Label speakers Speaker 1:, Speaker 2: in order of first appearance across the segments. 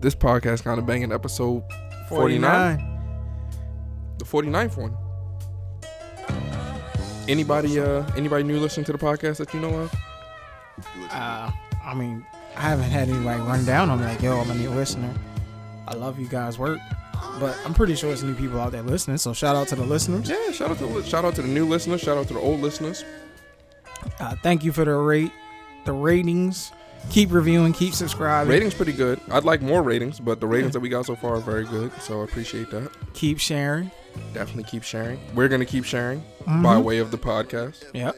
Speaker 1: this podcast kind of banging episode 49,
Speaker 2: 49.
Speaker 1: the 49th one. Anybody uh anybody new listening to the podcast that you know of?
Speaker 2: Uh, I mean, I haven't had anybody run down on me like, yo, I'm a new listener. I love you guys' work. But I'm pretty sure it's new people out there listening. So shout out to the listeners.
Speaker 1: Yeah, shout out to the- shout out to the new listeners, shout out to the old listeners.
Speaker 2: Uh, thank you for the rate, the ratings. Keep reviewing, keep subscribing,
Speaker 1: Ratings pretty good. I'd like more ratings, but the ratings that we got so far are very good, so I appreciate that.
Speaker 2: keep sharing. Mm-hmm.
Speaker 1: Definitely keep sharing. We're gonna keep sharing by way of the podcast.
Speaker 2: Yep.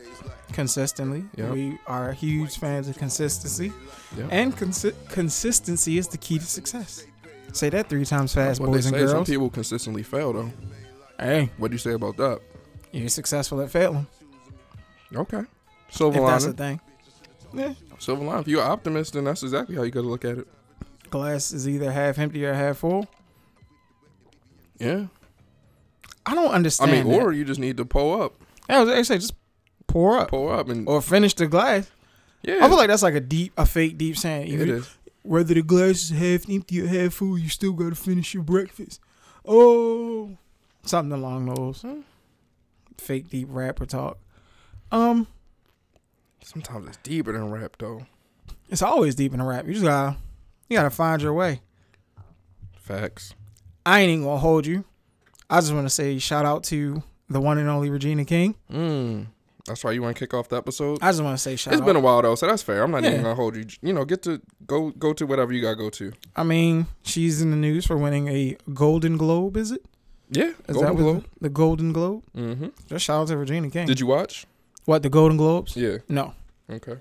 Speaker 2: Consistently.
Speaker 1: Yep.
Speaker 2: We are huge fans of consistency.
Speaker 1: Yep.
Speaker 2: And consi- consistency is the key to success. Say that three times fast,
Speaker 1: What
Speaker 2: boys
Speaker 1: they
Speaker 2: and
Speaker 1: say, some
Speaker 2: girls.
Speaker 1: people consistently fail though.
Speaker 2: Hey,
Speaker 1: What do you say about that?
Speaker 2: you're successful at failing.
Speaker 1: Okay. Silver
Speaker 2: if that's
Speaker 1: lining.
Speaker 2: the thing. Yeah.
Speaker 1: Silver lining. If you're an optimist, then that's exactly how you got to look at it.
Speaker 2: Glass is either half empty or half full.
Speaker 1: Yeah.
Speaker 2: I don't
Speaker 1: I
Speaker 2: understand.
Speaker 1: mean,
Speaker 2: that.
Speaker 1: or you just need to pull up,
Speaker 2: Yeah, I was actually just pour up
Speaker 1: pull up, and
Speaker 2: or finish the glass.
Speaker 1: yeah,
Speaker 2: I feel like that's like a deep, a fake deep saying.
Speaker 1: it
Speaker 2: Even-
Speaker 1: is.
Speaker 2: Whether the glass is half empty or half full, you still gotta finish your breakfast. Oh, something along those
Speaker 1: Hmm.
Speaker 2: fake deep rapper talk. Um,
Speaker 1: Sometimes it's deeper than rap, though.
Speaker 2: it's always deep in a rap. You just gotta, you gotta find your way.
Speaker 1: Facts.
Speaker 2: I ain't even gonna hold you. I just want to say shout out to the one and only Regina King.
Speaker 1: Mm. That's why you want to kick off the episode.
Speaker 2: I just want to say shout
Speaker 1: It's
Speaker 2: out.
Speaker 1: been a while though, so that's fair. I'm not
Speaker 2: Yeah.
Speaker 1: even gonna hold you. You know, get to go go to whatever you gotta go to.
Speaker 2: I mean, she's in the news for winning a Golden Globe. Is it?
Speaker 1: Yeah,
Speaker 2: Is
Speaker 1: Golden
Speaker 2: that what
Speaker 1: Globe.
Speaker 2: The, the Golden Globe?
Speaker 1: Mm-hmm.
Speaker 2: Just shout out to Regina King.
Speaker 1: Did you watch?
Speaker 2: what the Golden Globes?
Speaker 1: Yeah.
Speaker 2: No,
Speaker 1: Okay.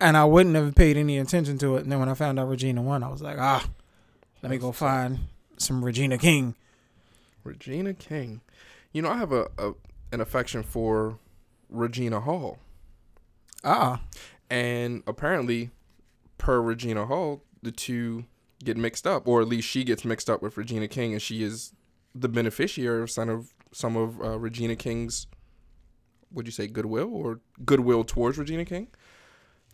Speaker 2: and I wouldn't have paid any attention to it. And then when I found out Regina won, I was like, ah, let me go find some Regina King.
Speaker 1: Regina King. You know, I have a, a an affection for Regina Hall,
Speaker 2: Ah,
Speaker 1: and apparently, per Regina Hall, the two get mixed up, or at least she gets mixed up with Regina King, and she is the beneficiary of some of some of uh, Regina King's. Would you say goodwill or goodwill towards Regina King?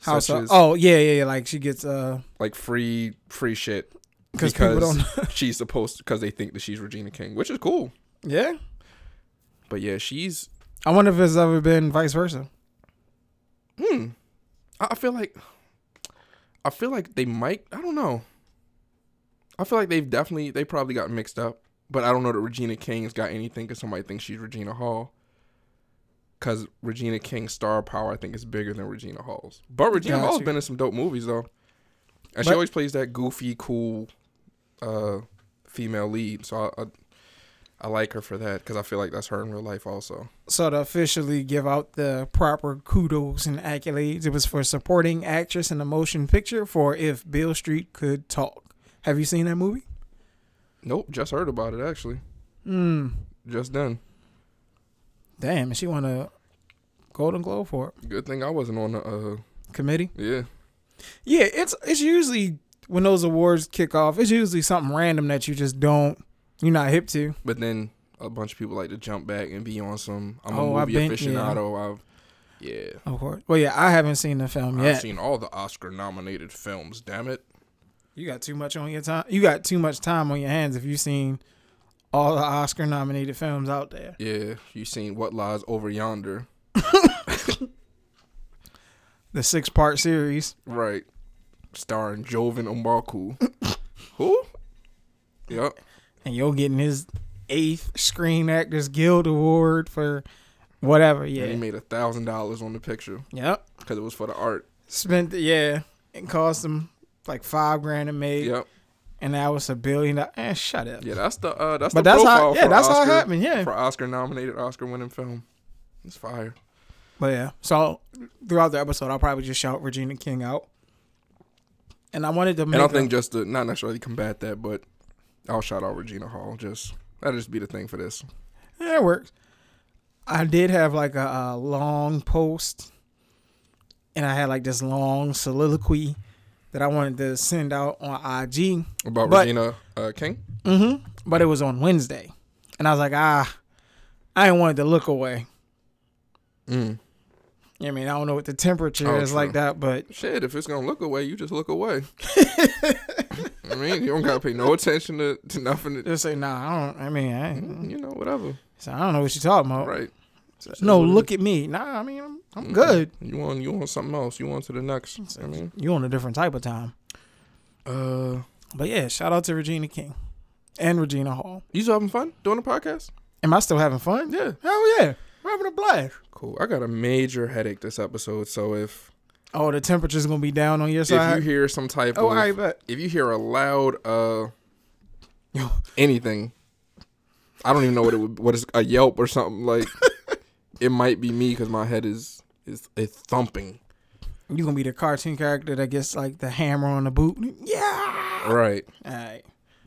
Speaker 2: how
Speaker 1: Such
Speaker 2: so?
Speaker 1: as,
Speaker 2: Oh yeah, yeah, yeah. Like she gets uh,
Speaker 1: like free free shit
Speaker 2: because people don't.
Speaker 1: she's supposed because they think that she's Regina King, which is cool.
Speaker 2: yeah,
Speaker 1: But yeah, she's
Speaker 2: I wonder if it's ever been vice versa.
Speaker 1: hmm. I I feel like I feel like they might. I don't know. I feel like they've definitely they probably got mixed up, but I don't know that Regina King's got anything because somebody thinks she's Regina Hall. Because Regina King's star power, I think, is bigger than Regina Hall's. But Regina
Speaker 2: Got
Speaker 1: Hall's
Speaker 2: you.
Speaker 1: been in some dope movies though, and she
Speaker 2: But-
Speaker 1: always plays that goofy, cool, uh, female lead. So I, I, I like her for that because I feel like that's her in real life also.
Speaker 2: So to officially give out the proper kudos and accolades, it was for supporting actress in a motion picture for If Bill Street Could Talk. Have you seen that movie?
Speaker 1: Nope, just heard about it actually.
Speaker 2: Hmm.
Speaker 1: Just then.
Speaker 2: Damn, and she won a Golden Globe for it.
Speaker 1: Good thing I wasn't on the uh
Speaker 2: Committee.
Speaker 1: yeah.
Speaker 2: Yeah, it's it's usually when those awards kick off, it's usually something random that you just don't you're not hip to.
Speaker 1: But then a bunch of people like to jump back and be on some I'm
Speaker 2: Oh,
Speaker 1: a
Speaker 2: I
Speaker 1: movie
Speaker 2: been-
Speaker 1: aficionado. I've yeah.
Speaker 2: Of course. Well yeah, I haven't seen the film
Speaker 1: I've
Speaker 2: yet.
Speaker 1: seen all the Oscar nominated films, damn it.
Speaker 2: You got too much on your time you got too much time on your hands if you've seen all the Oscar nominated films out there.
Speaker 1: Yeah. You seen What Lies Over Yonder.
Speaker 2: The six part series.
Speaker 1: Right. Starring Joven Umbarku. Who? Yep.
Speaker 2: and you're getting his eighth Screen Actors Guild Award for whatever.
Speaker 1: And he
Speaker 2: Yeah.
Speaker 1: made a thousand dollars on the picture
Speaker 2: Yep.
Speaker 1: because it was for the art.
Speaker 2: Spent yeah, it cost him like five grand to make,
Speaker 1: Yep.
Speaker 2: and that was a billion. dollars. Eh, shut up.
Speaker 1: Yeah, that's the uh that's
Speaker 2: But
Speaker 1: the
Speaker 2: that's
Speaker 1: profile
Speaker 2: how yeah,
Speaker 1: for
Speaker 2: that's how it
Speaker 1: Oscar-
Speaker 2: happened. Yeah.
Speaker 1: for Oscar nominated Oscar winning film. It's fire.
Speaker 2: But yeah, so throughout the episode, I'll probably just shout Regina King out. And I wanted to make
Speaker 1: And I
Speaker 2: a-
Speaker 1: think just to not necessarily combat that, but I'll shout out Regina Hall. Just that'll just be the thing for this.
Speaker 2: Yeah, it works. I did have like a, a long post, and I had like this long soliloquy that I wanted to send out on IG,
Speaker 1: About
Speaker 2: But-
Speaker 1: Regina uh, King.
Speaker 2: hmm but it was on Wednesday, and I was like, ah, I ain't wanted to look away.
Speaker 1: Mm.
Speaker 2: I mean, I don't know what the temperature
Speaker 1: Oh,
Speaker 2: is
Speaker 1: true.
Speaker 2: like that, but
Speaker 1: Shit, if it's gonna look away, you just look away. I mean, you don't gotta pay no attention to, to nothing.
Speaker 2: Just say, nah, I don't. I mean, I, ain't-
Speaker 1: Mm, you know, whatever.
Speaker 2: so I don't know what you're talking about.
Speaker 1: Right.
Speaker 2: No, look at me. Nah, I mean, I'm, I'm
Speaker 1: Mm.
Speaker 2: good.
Speaker 1: You on you on something else. You on to the next. I mean,
Speaker 2: You on a different type of time.
Speaker 1: uh,
Speaker 2: But yeah, shout out to Regina King and Regina Hall.
Speaker 1: you still having fun doing the podcast?
Speaker 2: Am I still having fun?
Speaker 1: Yeah.
Speaker 2: Hell yeah. We're having a blast.
Speaker 1: Cool. I got a major headache this episode, so if
Speaker 2: Oh, the temperature's going to be down on your
Speaker 1: if
Speaker 2: side.
Speaker 1: you hear some type
Speaker 2: oh,
Speaker 1: of
Speaker 2: all right, but
Speaker 1: if you hear a loud uh anything, I don't even know what it would what is a yelp or something like. it might be me because my head is is is thumping.
Speaker 2: you going to be the cartoon character that gets like the hammer on the boot. Yeah.
Speaker 1: Right.
Speaker 2: All right.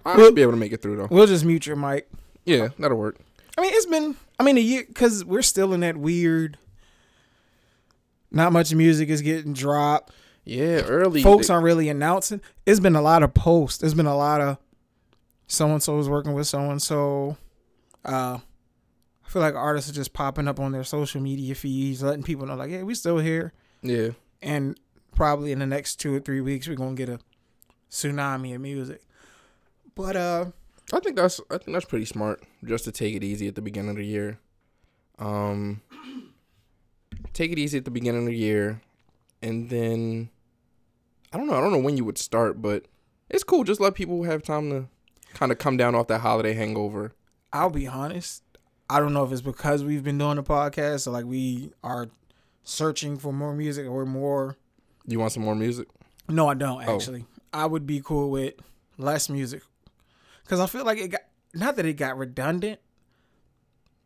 Speaker 1: I
Speaker 2: Well-
Speaker 1: should be able to make it through though.
Speaker 2: We'll just mute your mic.
Speaker 1: Yeah, that'll work.
Speaker 2: I mean, it's been, I mean, a year, because we're still in that weird, not much music is getting dropped.
Speaker 1: Yeah, early
Speaker 2: Folks
Speaker 1: they-
Speaker 2: aren't really announcing. It's been a lot of posts. There's been a lot of so and so is working with so and so. Uh, I feel like artists are just popping up on their social media feeds, letting people know, like, hey, we still here.
Speaker 1: yeah.
Speaker 2: And probably in the next two or three weeks, we're going to get a tsunami of music. But, uh,
Speaker 1: I think that's I think that's pretty smart just to take it easy at the beginning of the year. Um take it easy at the beginning of the year and then I don't know, I don't know when you would start, but it's cool just let people have time to kind of come down off that holiday hangover.
Speaker 2: I'll be honest. I don't know if it's because we've been doing the podcast, so like we are searching for more music or more.
Speaker 1: You want some more music?
Speaker 2: No, I don't actually. I would be cool with less music because I feel like it got not that it got redundant,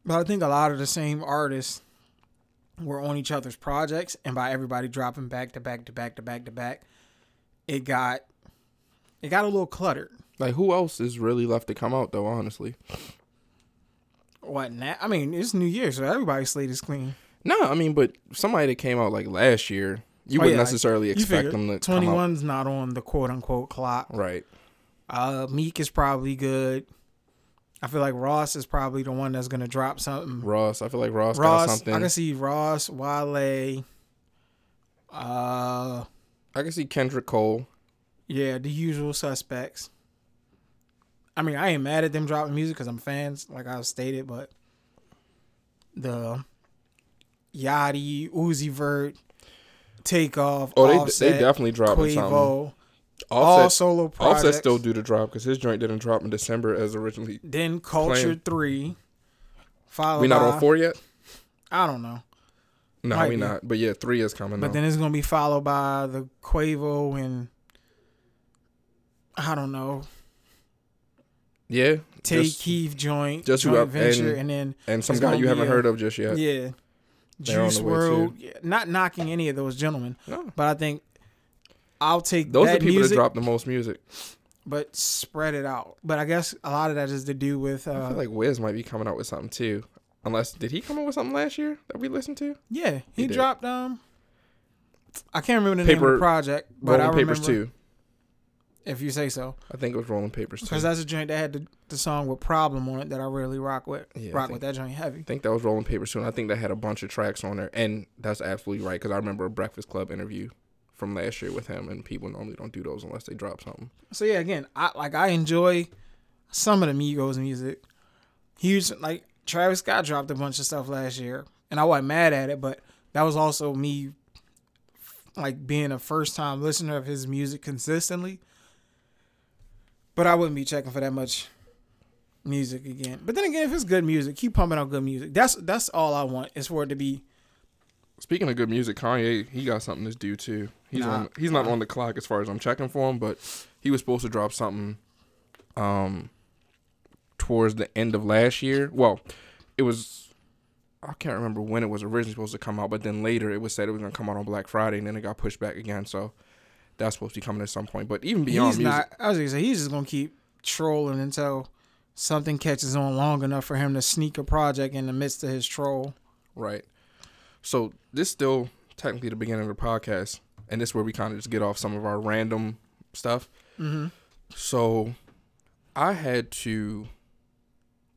Speaker 2: but I think a lot of the same artists were on each other's projects, and by everybody dropping back to back to back to back to back, it got it got a little cluttered.
Speaker 1: Like who else is really left to come out though, honestly?
Speaker 2: What now? I mean, it's New Year, so everybody's slate is clean.
Speaker 1: No, I mean, but somebody that came out like last year, you
Speaker 2: Oh,
Speaker 1: wouldn't
Speaker 2: yeah, like,
Speaker 1: necessarily
Speaker 2: You
Speaker 1: expect
Speaker 2: figure
Speaker 1: them to come out.
Speaker 2: 21's not on the quote unquote clock.
Speaker 1: Right.
Speaker 2: Uh, Meek is probably good. I feel like Ross is probably the one that's gonna drop something.
Speaker 1: Ross, I feel like Ross, got
Speaker 2: Ross,
Speaker 1: something.
Speaker 2: I can see Ross, Wale. Uh,
Speaker 1: I can see Kendrick Cole.
Speaker 2: yeah, the usual suspects. I mean, I ain't mad at them dropping music because I'm fans, like I've stated, but the Yachty, Uzi Vert, Takeoff,
Speaker 1: Oh, they,
Speaker 2: Offset,
Speaker 1: they definitely dropping something.
Speaker 2: Quavo, all
Speaker 1: Offset,
Speaker 2: solo projects.
Speaker 1: Offset still due to drop because his joint didn't drop in December as originally.
Speaker 2: Then Culture
Speaker 1: Claim.
Speaker 2: Three. Followed
Speaker 1: We not
Speaker 2: by-
Speaker 1: on four yet.
Speaker 2: I don't know.
Speaker 1: No,
Speaker 2: Might
Speaker 1: we
Speaker 2: be.
Speaker 1: not. But yeah, three is coming.
Speaker 2: But
Speaker 1: But
Speaker 2: then it's gonna be followed by the Quavo and I don't know
Speaker 1: yeah,
Speaker 2: Tay
Speaker 1: Just-
Speaker 2: Keith joint,
Speaker 1: just who
Speaker 2: joint
Speaker 1: I've-
Speaker 2: venture, and, then
Speaker 1: and some
Speaker 2: It's
Speaker 1: guy
Speaker 2: gonna
Speaker 1: you
Speaker 2: be
Speaker 1: haven't
Speaker 2: a-
Speaker 1: heard of just yet.
Speaker 2: yeah,
Speaker 1: They're on
Speaker 2: Juice
Speaker 1: the way,
Speaker 2: World. Not knocking any of those gentlemen,
Speaker 1: No,
Speaker 2: but I think I'll take
Speaker 1: those are
Speaker 2: that
Speaker 1: the people
Speaker 2: music,
Speaker 1: that drop the most music.
Speaker 2: but spread it out. But I guess a lot of that is to do with
Speaker 1: I
Speaker 2: uh,
Speaker 1: feel like Wiz might be coming out with something too. Unless did he come out with something last year that we listened to?
Speaker 2: yeah,
Speaker 1: He
Speaker 2: he,
Speaker 1: did.
Speaker 2: dropped um. I can't remember the name of
Speaker 1: Paper-
Speaker 2: the project, but I
Speaker 1: Rolling
Speaker 2: remember
Speaker 1: Papers too.
Speaker 2: if you say so.
Speaker 1: I think it was Rolling Papers too.
Speaker 2: Because that's a joint that had the, the song with Problem on it that I really rock with.
Speaker 1: Yeah, I
Speaker 2: rock
Speaker 1: think-
Speaker 2: with that joint heavy.
Speaker 1: I think that was Rolling Papers too. And I think that had a bunch of tracks on there. And that's absolutely right because I remember a Breakfast Club interview from last year with him. And people normally don't do those unless they drop something.
Speaker 2: So yeah, again, I like I enjoy some of the Migos music. Huge like Travis Scott dropped a bunch of stuff last year, and I wasn't mad at it, but that was also me like being a first time listener of his music consistently. But I wouldn't be checking for that much music again. But then again, if it's good music, keep pumping out good music. That's that's all I want is for it to be
Speaker 1: Speaking of good music, Kanye he got something that's due too. He's
Speaker 2: Nah.
Speaker 1: on he's not on the clock as far as I'm checking for him, but he was supposed to drop something um towards the end of last year. Well, it was I can't remember when it was originally supposed to come out, but then later it was said it was gonna come out on Black Friday and then it got pushed back again, so that's supposed to be coming at some point. But even beyond
Speaker 2: he's
Speaker 1: music
Speaker 2: not. I was gonna say he's just gonna keep trolling until something catches on long enough for him to sneak a project in the midst of his troll.
Speaker 1: Right. So this still technically the beginning of the podcast, and this is where we kind of just get off some of our random stuff.
Speaker 2: Mm-hmm.
Speaker 1: So I had to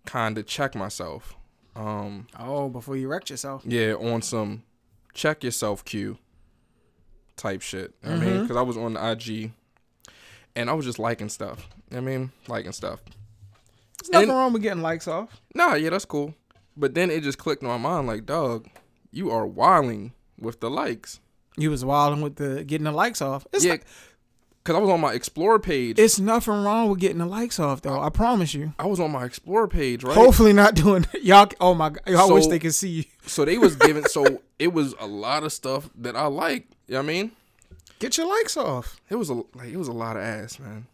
Speaker 1: kind of check myself. Um,
Speaker 2: Oh, before you wrecked yourself.
Speaker 1: yeah, on some check yourself cue type shit. I mean,
Speaker 2: Mhm.
Speaker 1: because I was on the IG, and I was just liking stuff. You know what I mean, liking stuff.
Speaker 2: There's nothing
Speaker 1: And-
Speaker 2: wrong with getting likes off.
Speaker 1: Nah, yeah, that's cool. But then it just clicked in my mind, like, dog, you are wilding with the likes.
Speaker 2: You was wilding with the getting the likes off. It's
Speaker 1: yeah,
Speaker 2: not-
Speaker 1: because I was on my Explorer page.
Speaker 2: it's nothing wrong with getting the likes off though. I promise you.
Speaker 1: I was on my Explorer page, right?
Speaker 2: Hopefully not doing y'all. Oh my god! I wish
Speaker 1: So-
Speaker 2: they could see you.
Speaker 1: So they was giving. so it was a lot of stuff that I liked. You know what I mean,
Speaker 2: Get your likes off.
Speaker 1: it was a like it was a lot of ass, man.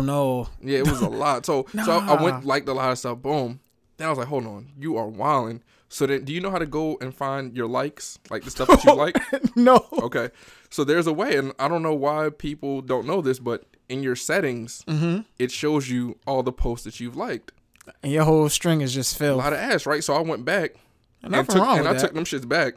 Speaker 2: no!
Speaker 1: Yeah, it was a lot. So so I, I went
Speaker 2: Nah.
Speaker 1: liked a lot of stuff. Boom. Then I was like, hold on, you are wilding. So then, do you know how to go and find your likes, like the stuff that you like?
Speaker 2: no.
Speaker 1: Okay. So there's a way, and I don't know why people don't know this, but in your settings,
Speaker 2: Mm-hmm.
Speaker 1: it shows you all the posts that you've liked.
Speaker 2: And your whole string is just
Speaker 1: A
Speaker 2: filled.
Speaker 1: lot of ass, right? So I went back and
Speaker 2: Nothing
Speaker 1: took
Speaker 2: wrong
Speaker 1: and
Speaker 2: with
Speaker 1: I
Speaker 2: that.
Speaker 1: took them shits back.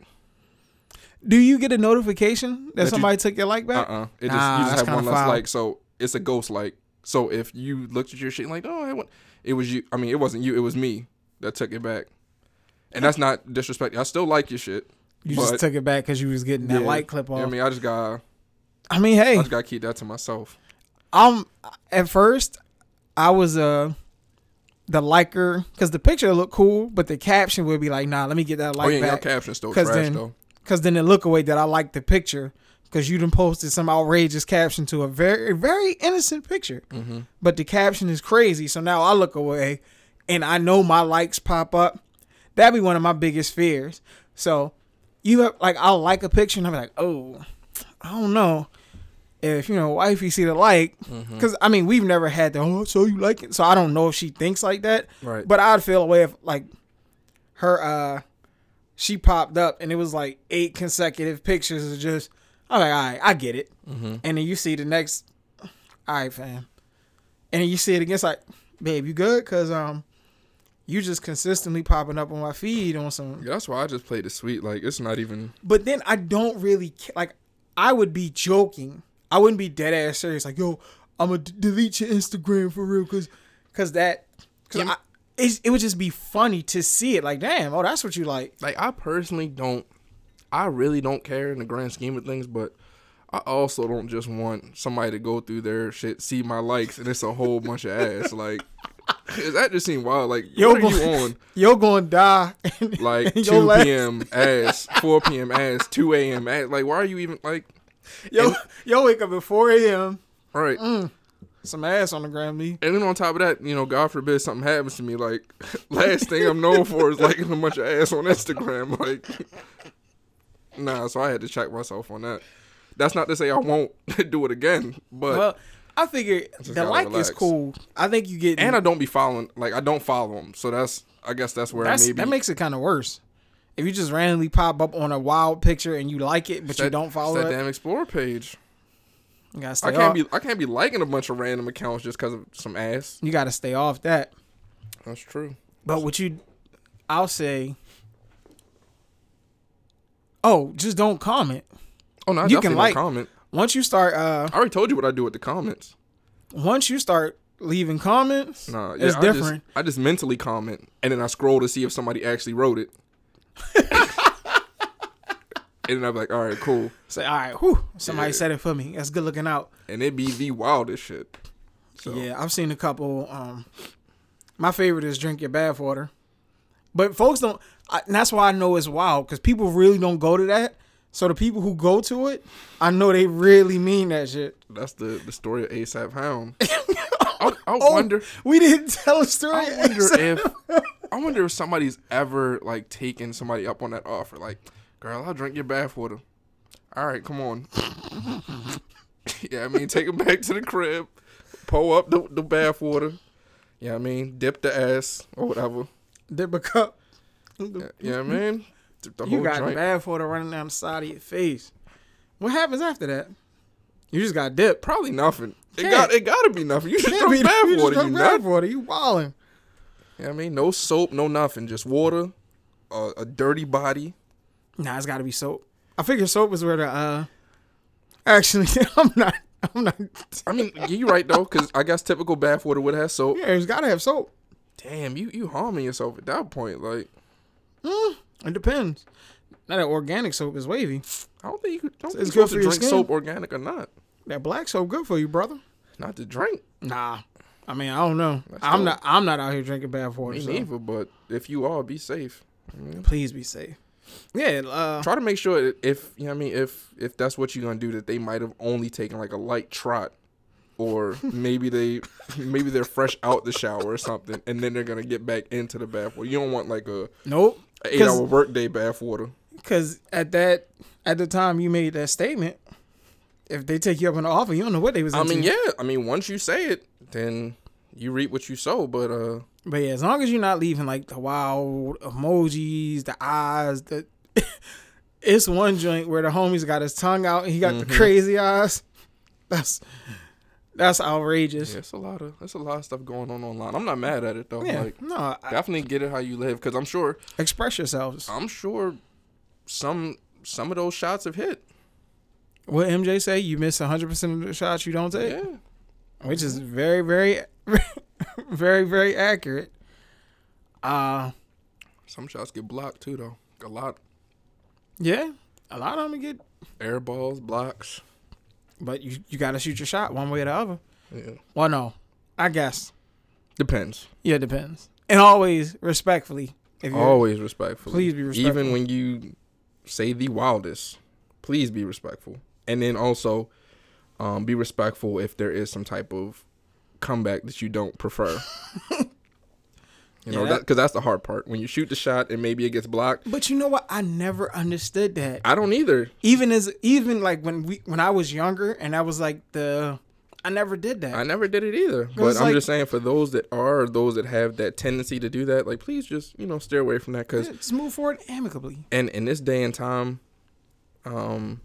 Speaker 2: Do you get a notification that,
Speaker 1: you-
Speaker 2: somebody took your like
Speaker 1: Uh
Speaker 2: back?
Speaker 1: uh It just
Speaker 2: Nah,
Speaker 1: you just
Speaker 2: that's
Speaker 1: have one
Speaker 2: kinda
Speaker 1: less
Speaker 2: foul.
Speaker 1: like. So it's a ghost like. So if you looked at your shit and like, oh, I want, it was you. I mean, it wasn't you. It was me that took it back. And that's not disrespect. I still like your shit.
Speaker 2: You
Speaker 1: but-
Speaker 2: just took it back because you was getting that
Speaker 1: Yeah.
Speaker 2: like clip
Speaker 1: You
Speaker 2: off.
Speaker 1: know what I mean, I just got,
Speaker 2: I mean,
Speaker 1: I
Speaker 2: hey,
Speaker 1: just got to keep that to myself.
Speaker 2: I'm at first I was uh the liker because the picture looked cool, but the caption would be like, "Nah, let me get that
Speaker 1: oh
Speaker 2: like
Speaker 1: yeah, your
Speaker 2: back."
Speaker 1: captions still
Speaker 2: 'Cause
Speaker 1: trash
Speaker 2: then-
Speaker 1: though.
Speaker 2: Because then it look away that I liked the picture because you done posted some outrageous caption to a very very innocent picture,
Speaker 1: Mm-hmm.
Speaker 2: but the caption is crazy. So now I look away, and I know my likes pop up. That'd be one of my biggest fears. So you have like I'll like a picture and I'm like, oh, I don't know if you know wifey see the like because I mean we've never had the oh so you like it so I don't know if she thinks like that
Speaker 1: Right.
Speaker 2: but I'd feel a way if like her uh she popped up and it was like eight consecutive pictures of just I'm like all right I get it and then you see the next all right fam and then you see it again it's like babe you good because um you just consistently popping up on my feed on some
Speaker 1: Yeah, that's why I just played it sweet. Like it's not even.
Speaker 2: but then I don't really ca- like. I would be joking. I wouldn't be dead ass serious. Like, yo, I'm gonna d- delete your Instagram for real, cause, cause that, cause
Speaker 1: Yeah.
Speaker 2: I, it's, it would just be funny to see it. Like, damn, oh, that's what you like.
Speaker 1: Like I personally don't. I really don't care in the grand scheme of things, but I also don't just want somebody to go through their shit, see my likes, and it's a whole bunch of ass. Like, is that just seem wild? Like,
Speaker 2: Yo,
Speaker 1: what are
Speaker 2: go-
Speaker 1: you on?
Speaker 2: Yo, gonna die. in-
Speaker 1: Like
Speaker 2: in
Speaker 1: two
Speaker 2: last-
Speaker 1: p.m. ass, four p.m. ass, two a.m. ass. Like, why are you even like?
Speaker 2: Yo,
Speaker 1: and-
Speaker 2: yo, wake up at 4 a.m.
Speaker 1: All
Speaker 2: Uh,
Speaker 1: right.
Speaker 2: Some ass on the gram, Lee.
Speaker 1: And then on top of that, you know, God forbid something happens to me. Like, last thing I'm known for is liking a bunch of ass on Instagram. Like, nah. So I had to check myself on that. That's not to say I won't do it again, but
Speaker 2: Well, I figure the
Speaker 1: gotta
Speaker 2: like
Speaker 1: relax.
Speaker 2: is cool. I think you get
Speaker 1: and I don't be following. Like, I don't follow them. So that's I guess that's where
Speaker 2: That's,
Speaker 1: maybe
Speaker 2: that makes it kind of worse. If you just randomly pop up on a wild picture and you like it, but
Speaker 1: it's that-
Speaker 2: you don't follow
Speaker 1: it's that
Speaker 2: it,
Speaker 1: damn Explorer page.
Speaker 2: you gotta stay
Speaker 1: I
Speaker 2: off.
Speaker 1: can't be I can't be liking a bunch of random accounts just because of some ass.
Speaker 2: you gotta stay off that.
Speaker 1: That's true.
Speaker 2: But what you, I'll say. Oh, just don't comment.
Speaker 1: Oh no, I
Speaker 2: You
Speaker 1: definitely
Speaker 2: can
Speaker 1: don't
Speaker 2: like-
Speaker 1: comment.
Speaker 2: Once you start, uh,
Speaker 1: I already told you what I do with the comments.
Speaker 2: once you start leaving comments,
Speaker 1: Nah, yeah,
Speaker 2: it's
Speaker 1: I
Speaker 2: different.
Speaker 1: Just, I just mentally comment and then I scroll to see if somebody actually wrote it. and then I'm like, all right, cool.
Speaker 2: Say, all right, whew, somebody
Speaker 1: Yeah.
Speaker 2: said it for me. That's good looking out.
Speaker 1: And it be the wildest shit. So,
Speaker 2: Yeah, I've seen a couple. Um, my favorite is drink your bath water, but folks don't. I, and that's why I know it's wild because people really don't go to that. So the people who go to it, I know they really mean that shit.
Speaker 1: that's the, the story of ASAP Hound. I, I
Speaker 2: Oh,
Speaker 1: wonder.
Speaker 2: we didn't tell a story.
Speaker 1: I wonder if I wonder if somebody's ever like taken somebody up on that offer. Like, girl, I'll drink your bathwater. All right, come on. yeah, I mean, take him back to the crib, pull up the, the bathwater. Yeah, I mean, dip the ass or whatever.
Speaker 2: Dip a cup.
Speaker 1: Yeah, I mean, dip the
Speaker 2: You
Speaker 1: whole
Speaker 2: got
Speaker 1: joint.
Speaker 2: bad for the running down the side of your face. What happens after that? You just got dipped.
Speaker 1: Probably nothing. It
Speaker 2: Can't.
Speaker 1: got it got to be nothing. You just
Speaker 2: Can't
Speaker 1: drink
Speaker 2: be- you just
Speaker 1: bathwater. You
Speaker 2: drunk
Speaker 1: nut.
Speaker 2: water. You wildin'.
Speaker 1: Yeah, I mean, no soap, no nothing, just water, uh, a dirty body.
Speaker 2: Nah, it's got to be soap. I figure soap is where the uh. Actually, I'm not. I'm not.
Speaker 1: I mean, you right though, because I guess typical bathwater would have soap.
Speaker 2: Yeah, it's got to have soap.
Speaker 1: damn, you you harming yourself at that point. Like,
Speaker 2: It depends. Now that organic soap is wavy.
Speaker 1: I don't think you could. Don't
Speaker 2: It's
Speaker 1: it's good
Speaker 2: good for
Speaker 1: to
Speaker 2: your
Speaker 1: drink
Speaker 2: skin.
Speaker 1: soap, organic or not.
Speaker 2: That black soap good for you, brother.
Speaker 1: Not to drink.
Speaker 2: Nah. I mean, I don't know.
Speaker 1: That's
Speaker 2: I'm
Speaker 1: dope.
Speaker 2: not. I'm not out here drinking bad water.
Speaker 1: Me
Speaker 2: so
Speaker 1: neither, but if you are, be safe. You know?
Speaker 2: Please be safe. Yeah. Uh,
Speaker 1: Try to make sure if you know what I mean if if that's what you're gonna do that they might have only taken like a light trot or maybe they maybe they're fresh out the shower or something and then they're gonna get back into the bath water. You don't want like a,
Speaker 2: nope.
Speaker 1: a eight
Speaker 2: 'Cause-
Speaker 1: hour workday bath water.
Speaker 2: Because at that, at the time you made that statement, if they take you up on the offer, you don't know what they was.
Speaker 1: I
Speaker 2: into.
Speaker 1: mean, yeah. I mean, once you say it, then you reap what you sow. But uh,
Speaker 2: But yeah, as long as you're not leaving like the wild emojis, the eyes, the it's one joint where the homie's got his tongue out and he got
Speaker 1: Mm-hmm.
Speaker 2: the crazy eyes. That's that's outrageous.
Speaker 1: yeah,
Speaker 2: Yeah,
Speaker 1: it's a lot of it's a lot of stuff going on online. I'm not mad at it though. Like,
Speaker 2: no, I,
Speaker 1: definitely get it how you live because I'm sure
Speaker 2: express yourselves.
Speaker 1: I'm sure some some of those shots have hit.
Speaker 2: What MJ say? You miss 100 percent of the shots you don't take,
Speaker 1: Yeah,
Speaker 2: which is very, very, very, very accurate. Uh
Speaker 1: some shots get blocked too though. A lot
Speaker 2: yeah, a lot of them get,
Speaker 1: air balls, blocks.
Speaker 2: but you you gotta shoot your shot one way or the other.
Speaker 1: Yeah,
Speaker 2: Well, no, I guess.
Speaker 1: depends.
Speaker 2: Yeah, it depends. And always respectfully. If you're,
Speaker 1: Always respectful.
Speaker 2: Please be respectful.
Speaker 1: Even when you say the wildest, please be respectful. And then also, um, be respectful if there is some type of comeback that you don't prefer. you know,
Speaker 2: Yeah,
Speaker 1: that
Speaker 2: that-
Speaker 1: because that's the hard part. When you shoot the shot and maybe it gets blocked.
Speaker 2: But you know what? I never understood that.
Speaker 1: I don't either.
Speaker 2: Even as even like when we when I was younger and I was like the I never did that.
Speaker 1: I never did it either. But
Speaker 2: it's
Speaker 1: I'm
Speaker 2: like-
Speaker 1: just saying, for those that are, or those that have that tendency to do that, like please just you know steer away from that because
Speaker 2: Yeah, Just move forward amicably.
Speaker 1: and in this day and time, um,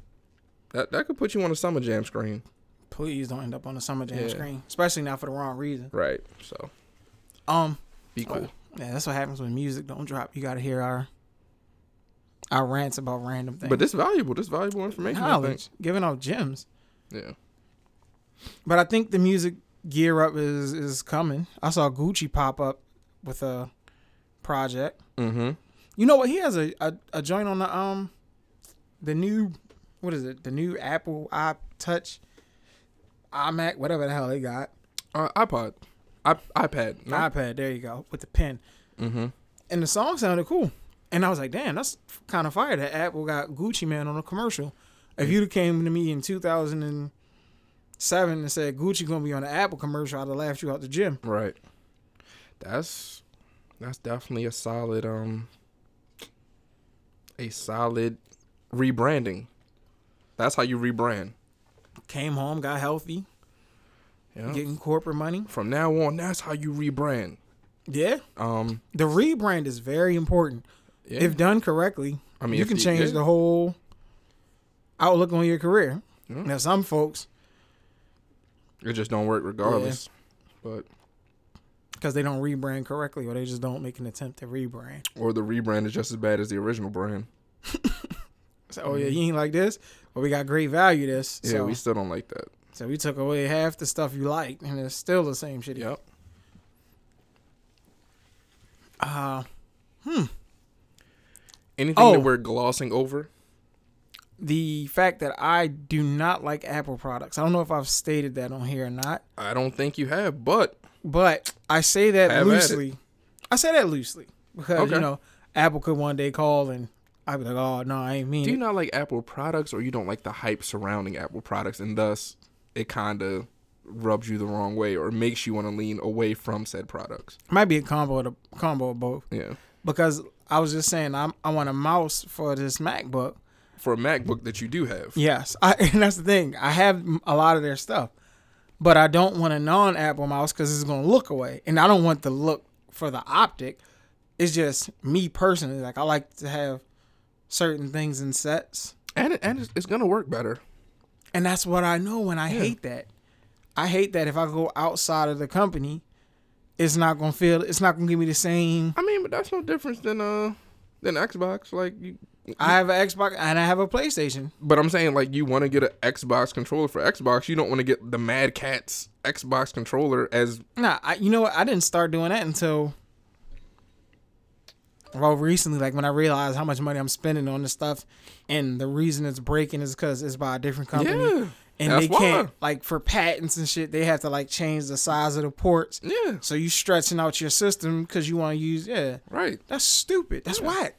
Speaker 1: that that could put you on a summer jam screen,
Speaker 2: Please don't end up on a summer jam
Speaker 1: Yeah.
Speaker 2: screen, especially not for the wrong reason.
Speaker 1: right? So
Speaker 2: Um,
Speaker 1: be cool.
Speaker 2: yeah, that's what happens when music don't drop. You gotta hear our our rants about random things.
Speaker 1: But this valuable, this valuable information. I think.
Speaker 2: knowledge, giving out gems.
Speaker 1: Yeah,
Speaker 2: But I think the music gear up is is coming. I saw Gucci pop up with a project.
Speaker 1: mm-hmm.
Speaker 2: You know what? He has a, a, a joint on the um the new what is it? The new Apple iTouch iMac, whatever the hell they got.
Speaker 1: Uh, iPod, I- iPad, no?
Speaker 2: iPad, there you go, with the pen.
Speaker 1: mm-hmm.
Speaker 2: And the song sounded cool. And I was like, damn, that's kind of fire that Apple got Gucci Man on a commercial. If you'd have came to me in 2007 and said Gucci gonna be on an Apple commercial, I'd have laughed you out the gym.
Speaker 1: right. That's that's definitely a solid um a solid rebranding. That's how you rebrand.
Speaker 2: came home, got healthy,
Speaker 1: Yeah.
Speaker 2: getting corporate money.
Speaker 1: From now on, that's how you rebrand.
Speaker 2: Yeah,
Speaker 1: Um,
Speaker 2: the rebrand is very important
Speaker 1: yeah.
Speaker 2: if done correctly.
Speaker 1: I mean,
Speaker 2: you
Speaker 1: if
Speaker 2: can
Speaker 1: the-
Speaker 2: change
Speaker 1: yeah.
Speaker 2: the whole outlook on your career.
Speaker 1: Yeah.
Speaker 2: Now, some folks
Speaker 1: It just don't work regardless. But
Speaker 2: because they don't rebrand correctly or they just don't make an attempt to rebrand.
Speaker 1: or the rebrand is just as bad as the original brand.
Speaker 2: So, oh yeah, you ain't like this, but we got great value this.
Speaker 1: Mm-hmm. Yeah,
Speaker 2: so,
Speaker 1: we still don't like that.
Speaker 2: so we took away half the stuff you liked, and it's still the same shit.
Speaker 1: Yep.
Speaker 2: Uh,
Speaker 1: Anything
Speaker 2: Oh.
Speaker 1: that we're glossing over?
Speaker 2: the fact that I do not like Apple products. I don't know if I've stated that on here or not.
Speaker 1: I don't think you have, but
Speaker 2: But I say that
Speaker 1: Have at it.
Speaker 2: loosely. I say that loosely because
Speaker 1: Okay.
Speaker 2: you know Apple could one day call and I'd be like, "Oh no, I ain't mean
Speaker 1: do you
Speaker 2: it."
Speaker 1: not like Apple products or you don't like the hype surrounding Apple products and thus it kind of rubs you the wrong way or makes you want to lean away from said products?
Speaker 2: Might be a combo of the, combo of both
Speaker 1: Yeah.
Speaker 2: because I was just saying I'm, I want a mouse for this MacBook.
Speaker 1: For a MacBook that you do have.
Speaker 2: Yes, I, and that's the thing. I have a lot of their stuff, but I don't want a non-Apple mouse because it's gonna look away, and I don't want the look for the optic. It's just me personally. Like I like to have certain things in sets.
Speaker 1: And it, and it's, it's going to work better.
Speaker 2: And that's what I know when I hate that. I hate that if I go outside of the company, it's not gonna feel it's not gonna give me the same
Speaker 1: I mean, but that's no difference than uh than Xbox like you
Speaker 2: I have an Xbox and I have a PlayStation.
Speaker 1: But I'm saying like you want to get an Xbox controller for Xbox. You don't want to get the Mad Cat's Xbox controller as
Speaker 2: Nah, I, you know what? I didn't start doing that until well recently, like when I realized how much money I'm spending on this stuff and the reason it's breaking is because it's by a different company.
Speaker 1: Yeah.
Speaker 2: and
Speaker 1: That's
Speaker 2: they can't
Speaker 1: why.
Speaker 2: like for patents and shit. They have to like change the size of the ports.
Speaker 1: Yeah,
Speaker 2: So you stretching out your system because you want to use yeah.
Speaker 1: right.
Speaker 2: That's stupid. That's
Speaker 1: Yeah.
Speaker 2: whack.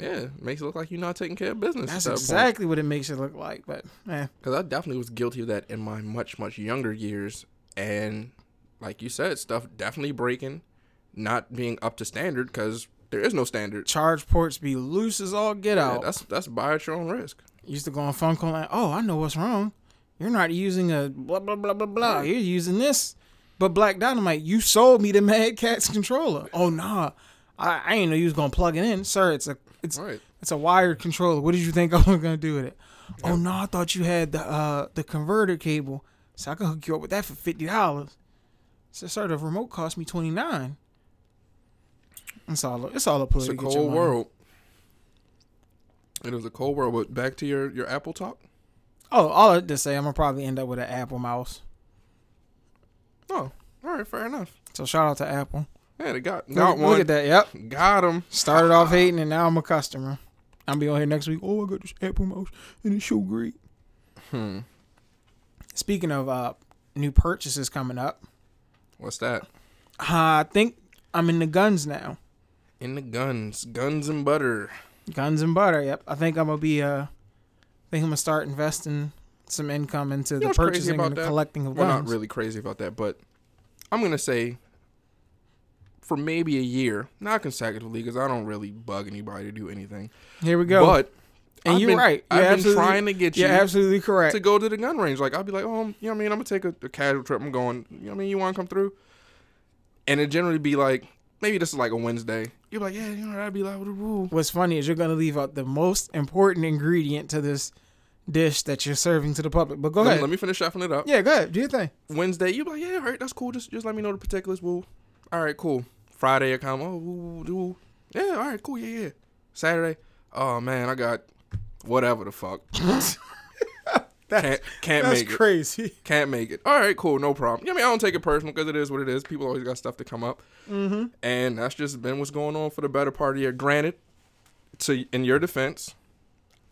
Speaker 1: Yeah, makes it look like you're not taking care of business.
Speaker 2: That's exactly what it makes it look like. But man,
Speaker 1: Because I definitely was guilty of that in my much much younger years, and like you said, stuff definitely breaking, not being up to standard because there is no standard.
Speaker 2: charge ports be loose as all get
Speaker 1: Yeah,
Speaker 2: out.
Speaker 1: that's that's buy at your own risk.
Speaker 2: used to go on phone call and oh, I know what's wrong. You're not using a blah blah blah blah blah. You're using this. But Black Dynamite, you sold me the Mad Cat's controller. Oh nah. I, I ain't know you was gonna plug it in. Sir, it's a it's
Speaker 1: Right.
Speaker 2: it's a wired controller. What did you think I was gonna do with it? Oh no, I thought you had the uh the converter cable. So I can hook you up with that for fifty dollars. So sir, the remote cost me twenty nine. It's all it's all a play.
Speaker 1: It's
Speaker 2: to
Speaker 1: a
Speaker 2: get your
Speaker 1: cold
Speaker 2: money.
Speaker 1: world. It is a cold world. But back to your your Apple talk.
Speaker 2: Oh, all I to say, I'm gonna probably end up with an Apple mouse.
Speaker 1: Oh, all right, fair enough.
Speaker 2: So shout out to Apple.
Speaker 1: Yeah, they got
Speaker 2: Look,
Speaker 1: got
Speaker 2: look
Speaker 1: one.
Speaker 2: at that. Yep.
Speaker 1: Got him.
Speaker 2: Started off hating and now I'm a customer. I'll be on here next week. Oh, I got this Apple mouse and it's so great.
Speaker 1: Hmm.
Speaker 2: Speaking of uh, new purchases coming up,
Speaker 1: What's that?
Speaker 2: uh, I think I'm in the guns now.
Speaker 1: In the guns, guns and butter.
Speaker 2: Guns and butter. Yep. I think I'm gonna be. Uh, I think I'm gonna start investing some income into the
Speaker 1: know what's crazy
Speaker 2: purchasing
Speaker 1: about
Speaker 2: and the
Speaker 1: that?
Speaker 2: collecting of
Speaker 1: We're
Speaker 2: guns.
Speaker 1: not really crazy about that, but I'm gonna say for maybe a year, not consecutively, because I don't really bug anybody to do anything.
Speaker 2: Here we go.
Speaker 1: But
Speaker 2: and
Speaker 1: I've
Speaker 2: you're
Speaker 1: been-
Speaker 2: right. You're
Speaker 1: I've been
Speaker 2: absolutely-
Speaker 1: trying to get you
Speaker 2: You're absolutely correct.
Speaker 1: to go to the gun range. Like I'll be like, oh, I'm- you know what I mean? I'm gonna take a, a casual trip. I'm going. You know what I mean? You want to come through? And it generally be like, maybe this is like a Wednesday. You're like, yeah, you know, I'd be like, woo.
Speaker 2: What's funny is you're gonna leave out the most important ingredient to this dish that you're serving to the public. But go
Speaker 1: Let, me-
Speaker 2: ahead.
Speaker 1: let me finish chefing it up.
Speaker 2: Yeah, go ahead. Do your thing.
Speaker 1: Wednesday, you be like, yeah, all right, that's cool. Just just let me know the particulars. Woo. All right, cool. Friday, I come. Oh, woo, woo, woo. yeah, all right, cool. Yeah, yeah. Saturday, oh man, I got whatever the fuck. can't can't
Speaker 2: That's
Speaker 1: make it.
Speaker 2: crazy.
Speaker 1: Can't make it. All right, cool, no problem. You know what I mean, I don't take it personal because it is what it is. People always got stuff to come up,
Speaker 2: Mm-hmm.
Speaker 1: and that's just been what's going on for the better part of the year. Granted, to in your defense,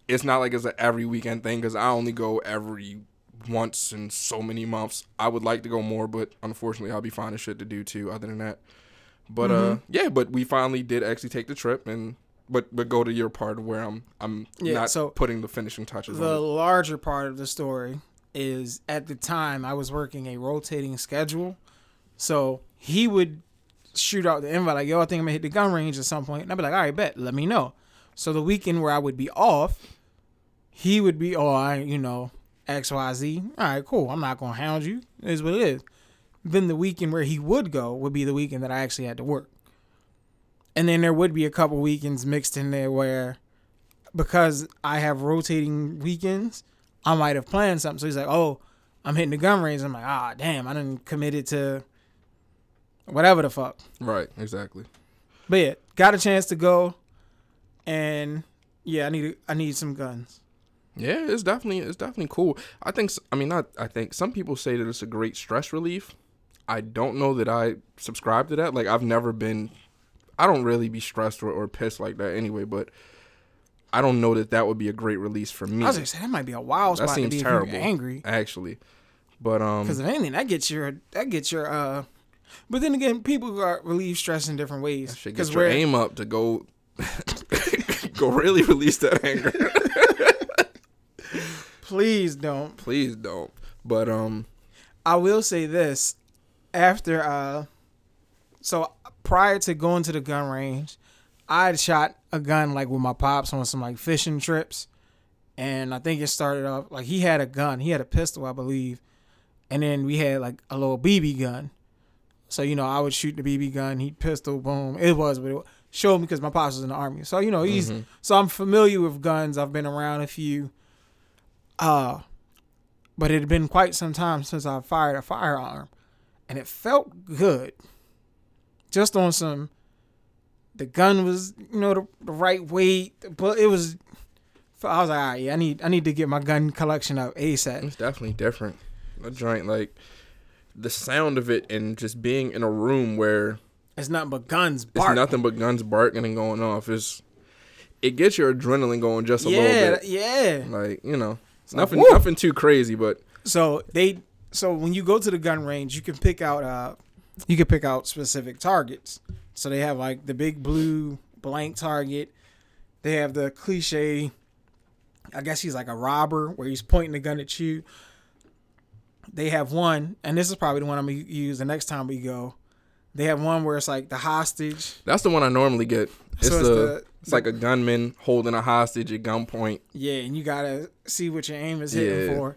Speaker 1: it's not like it's an every weekend thing because I only go every once in so many months. I would like to go more, but unfortunately, I'll be finding shit to do too. Other than that, but uh,
Speaker 2: Mm-hmm.
Speaker 1: yeah, but we finally did actually take the trip and. But, but go to your part of where I'm I'm
Speaker 2: Yeah,
Speaker 1: not
Speaker 2: so
Speaker 1: putting the finishing touches
Speaker 2: The
Speaker 1: on it.
Speaker 2: larger part of the story is at the time I was working a rotating schedule, so he would shoot out the invite like, "Yo, I think I'm gonna hit the gun range at some point," and I'd be like, "All right, bet. Let me know." So the weekend where I would be off, he would be, "Oh, I, you know, X Y Z. All right, cool. I'm not gonna hound you. It Is what it is." Then the weekend where he would go would be the weekend that I actually had to work. And then there would be a couple weekends mixed in there where because I have rotating weekends, I might have planned something. So he's like, "Oh, I'm hitting the gun range." I'm like, "Ah, damn, I didn't committed to whatever the fuck."
Speaker 1: Right, exactly.
Speaker 2: But yeah, got a chance to go, and yeah, I need I need some guns.
Speaker 1: Yeah, it's definitely it's definitely cool. I think s- I mean not I think some people say that it's a great stress relief. I don't know that I subscribe to that. Like I've never been I don't really be stressed or, or pissed like that anyway, but I don't know that that would be a great release for me.
Speaker 2: I was gonna say that might be a wild
Speaker 1: that
Speaker 2: spot to
Speaker 1: seems
Speaker 2: be if
Speaker 1: terrible.
Speaker 2: you're angry.
Speaker 1: Actually. But um
Speaker 2: Because if anything, that gets your that gets your uh. But then again, people are relieve stress in different ways.
Speaker 1: should
Speaker 2: Because
Speaker 1: get your
Speaker 2: where
Speaker 1: aim up to go go really release that anger.
Speaker 2: please don't.
Speaker 1: Please don't. But um
Speaker 2: I will say this after uh so prior to going to the gun range, I had shot a gun like with my pops on some like fishing trips. And I think it started off like he had a gun. He had a pistol, I believe. And then we had like a little BB gun. So, you know, I would shoot the BB gun, he'd pistol, boom. It was what it wa- Showed me because my pops was in the army. So, you know, he's
Speaker 1: Mm-hmm.
Speaker 2: so I'm familiar with guns. I've been around a few. Uh but it had been quite some time since I fired a firearm, and it felt good. Just on some, the gun was you know the, the right weight, but it was. I was like, all right, yeah, I need I need to get my gun collection up ASAP.
Speaker 1: It's definitely different. A joint like the sound of it and just being in a room where
Speaker 2: It's nothing but guns.
Speaker 1: it's
Speaker 2: Bark.
Speaker 1: nothing but guns barking and going off is it gets your adrenaline going just a
Speaker 2: yeah,
Speaker 1: little bit.
Speaker 2: yeah.
Speaker 1: Like, you know. nothing,
Speaker 2: woo!
Speaker 1: nothing too crazy, but
Speaker 2: So they so when you go to the gun range, you can pick out uh you can pick out specific targets. So they have like the big blue blank target. They have the cliche I guess he's like a robber where he's pointing the gun at you. They have one, and this is probably the one I'm gonna use the next time we go. They have one where it's like the hostage.
Speaker 1: that's the one I normally get. It's,
Speaker 2: So it's
Speaker 1: the,
Speaker 2: the-
Speaker 1: it's like a gunman holding a hostage at gunpoint.
Speaker 2: Yeah, and you gotta see what your aim is hitting
Speaker 1: Yeah.
Speaker 2: for.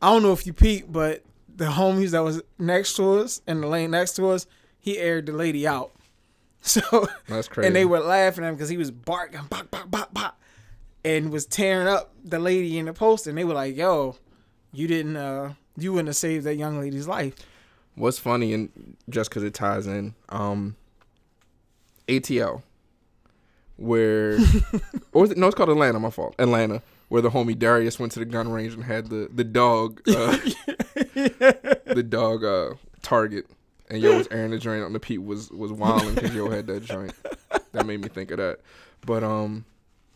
Speaker 2: I don't know if you peeped, but the homies that was next to us in the lane next to us, he aired the lady out. So
Speaker 1: That's crazy.
Speaker 2: and they were laughing at him because he was barking, bop, bop, bop, bop, and was tearing up the lady in the post. And they were like, "Yo, you didn't, uh, you wouldn't have saved that young lady's life."
Speaker 1: What's funny, and just because it ties in, um, ATL, where, or was it, no, it's called Atlanta. My fault, Atlanta, where the homie Darius went to the gun range and had the the dog, uh, the dog uh, target, and yo was airing the joint on the Pete was was wilding because yo had that joint. That made me think of that, but um,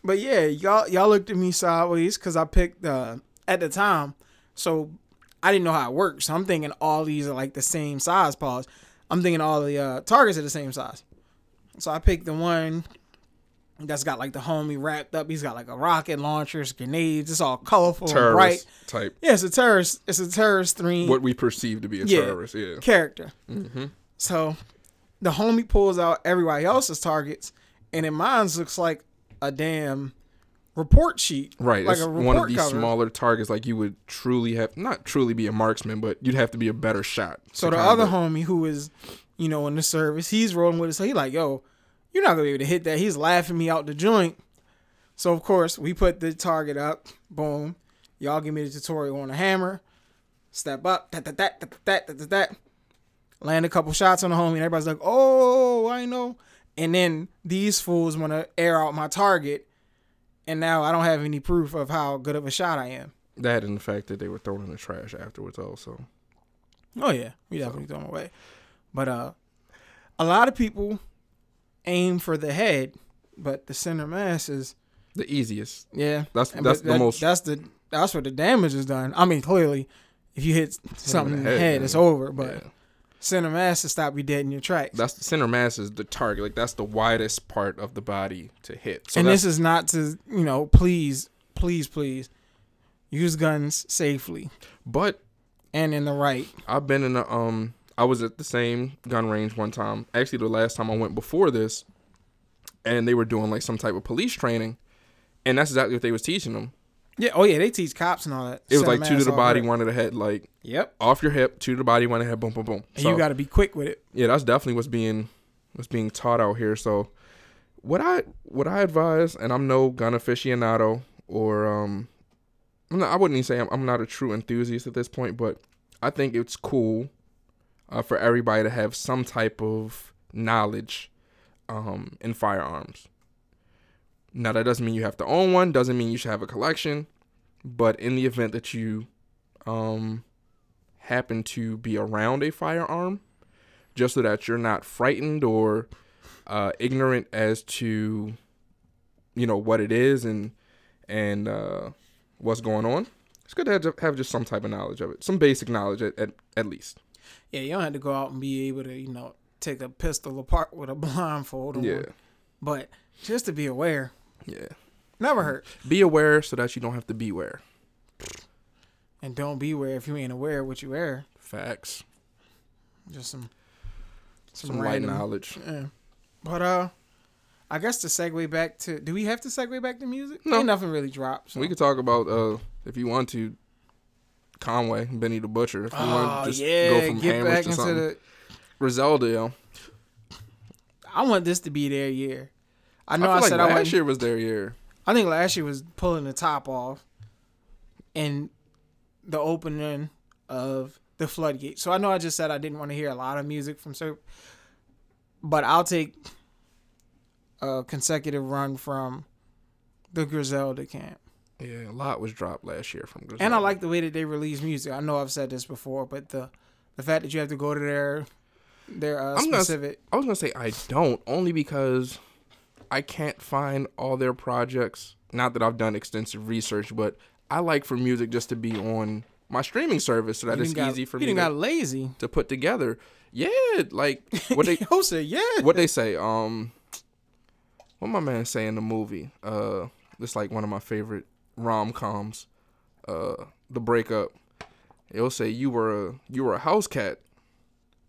Speaker 2: But yeah, y'all y'all looked at me sideways because I picked uh, at the time, so I didn't know how it worked. So I'm thinking all these are like the same size paws. I'm thinking all the uh, targets are the same size. So I picked the one that's got like the homie wrapped up. He's got like a rocket launchers, grenades. It's all colorful, and bright.
Speaker 1: terrorist type,
Speaker 2: Yeah, it's a terrorist. It's a terrorist three
Speaker 1: what Mm-hmm. we perceive to be a
Speaker 2: Yeah.
Speaker 1: terrorist. Yeah,
Speaker 2: character. So the homie pulls out everybody else's targets, and in mine looks like a damn report sheet.
Speaker 1: Right,
Speaker 2: Like
Speaker 1: it's
Speaker 2: a report
Speaker 1: one of these
Speaker 2: cover.
Speaker 1: smaller targets. Like you would truly have not truly be a marksman, but you'd have to be a better shot.
Speaker 2: so the other homie who is, you know, in the service, he's rolling with it. So he like, yo, you're not gonna be able to hit that. He's laughing me out the joint. So of course we put the target up. Boom. Y'all give me the tutorial on the hammer. Step up. That that that that that that that. that. Land a couple shots on the homie, and everybody's like, oh, I know. And then these fools want to air out my target, and now I don't have any proof of how good of a shot I am.
Speaker 1: that and the fact that they were thrown in the trash afterwards also.
Speaker 2: Oh yeah, we definitely throw them away. But uh, a lot of people aim for the head, but the center mass is
Speaker 1: The easiest.
Speaker 2: yeah.
Speaker 1: That's
Speaker 2: and-
Speaker 1: that's
Speaker 2: but
Speaker 1: the
Speaker 2: that-
Speaker 1: most.
Speaker 2: That's the that's where the damage is done. I mean, clearly, if you hit something in the head, it's over. But
Speaker 1: yeah.
Speaker 2: center mass to stop you dead in your tracks.
Speaker 1: that's the center mass is the target. Like that's the widest part of the body to hit. So
Speaker 2: and
Speaker 1: that's,
Speaker 2: this is not to you know, please, please, please, use guns safely
Speaker 1: but
Speaker 2: and in the right.
Speaker 1: I've been in a um I was at the same gun range one time. Actually the last time I went before this and they were doing like some type of police training and that's exactly what they was teaching them.
Speaker 2: Yeah. Oh yeah, they teach cops and all that.
Speaker 1: It was
Speaker 2: Center
Speaker 1: like two to
Speaker 2: mass,
Speaker 1: the
Speaker 2: all
Speaker 1: body,
Speaker 2: that.
Speaker 1: one to the head, like
Speaker 2: Yep.
Speaker 1: off your hip, two to the body, one to the head, boom, boom, boom.
Speaker 2: And
Speaker 1: So,
Speaker 2: you got to be quick with it.
Speaker 1: yeah, that's definitely what's being what's being taught out here. So what I what I advise, and I'm no gun aficionado or um I'm not, I wouldn't even say I'm, I'm not a true enthusiast at this point, but I think it's cool uh, for everybody to have some type of knowledge um, in firearms. Now that doesn't mean you have to own one, doesn't mean you should have a collection, but in the event that you um, happen to be around a firearm, just so that you're not frightened or uh, ignorant as to you know what it is and and uh, what's going on. It's good to have, have just some type of knowledge of it, some basic knowledge at, at, at least.
Speaker 2: Yeah, you don't have to go out and be able to, you know, take a pistol apart with a blindfold on.
Speaker 1: Yeah,
Speaker 2: But just to be aware,
Speaker 1: yeah.
Speaker 2: never hurt.
Speaker 1: Be aware so that you don't have to beware.
Speaker 2: And don't be aware if you ain't aware of what you wear.
Speaker 1: Facts.
Speaker 2: Just some some,
Speaker 1: Some light
Speaker 2: random.
Speaker 1: knowledge.
Speaker 2: Yeah. But uh I guess to segue back to do we have to segue back to music?
Speaker 1: No.
Speaker 2: Ain't nothing really dropped.
Speaker 1: We could talk about uh if you want to Conway, Benny the Butcher. If you
Speaker 2: Oh
Speaker 1: want to just
Speaker 2: yeah,
Speaker 1: go from
Speaker 2: get
Speaker 1: hammers
Speaker 2: back
Speaker 1: to
Speaker 2: into
Speaker 1: something.
Speaker 2: the
Speaker 1: Griselda, yo.
Speaker 2: I want this to be their year. I
Speaker 1: I
Speaker 2: know
Speaker 1: feel
Speaker 2: I,
Speaker 1: like
Speaker 2: said I
Speaker 1: last
Speaker 2: wouldn't
Speaker 1: year was their year.
Speaker 2: I think last year was pulling the top off and the opening of the floodgate. So I know I just said I didn't want to hear a lot of music from Serp, but I'll take a consecutive run from the Griselda camp.
Speaker 1: Yeah, a lot was dropped last year from Griselda.
Speaker 2: And I like the way that they release music. I know I've said this before, but the the fact that you have to go to their their uh,
Speaker 1: I'm gonna s-
Speaker 2: specific
Speaker 1: I was gonna say I don't, only because I can't find all their projects. Not that I've done extensive research, but I like for music just to be on my streaming service so that
Speaker 2: You
Speaker 1: it's
Speaker 2: done got-
Speaker 1: easy for
Speaker 2: you
Speaker 1: me to,
Speaker 2: done got lazy.
Speaker 1: to put together. Yeah, like what they
Speaker 2: Yo said, yeah.
Speaker 1: what they say. Um, what my man say in the movie? Uh, it's like one of my favorite rom coms. Uh, the breakup. It'll say you were a you were a house cat,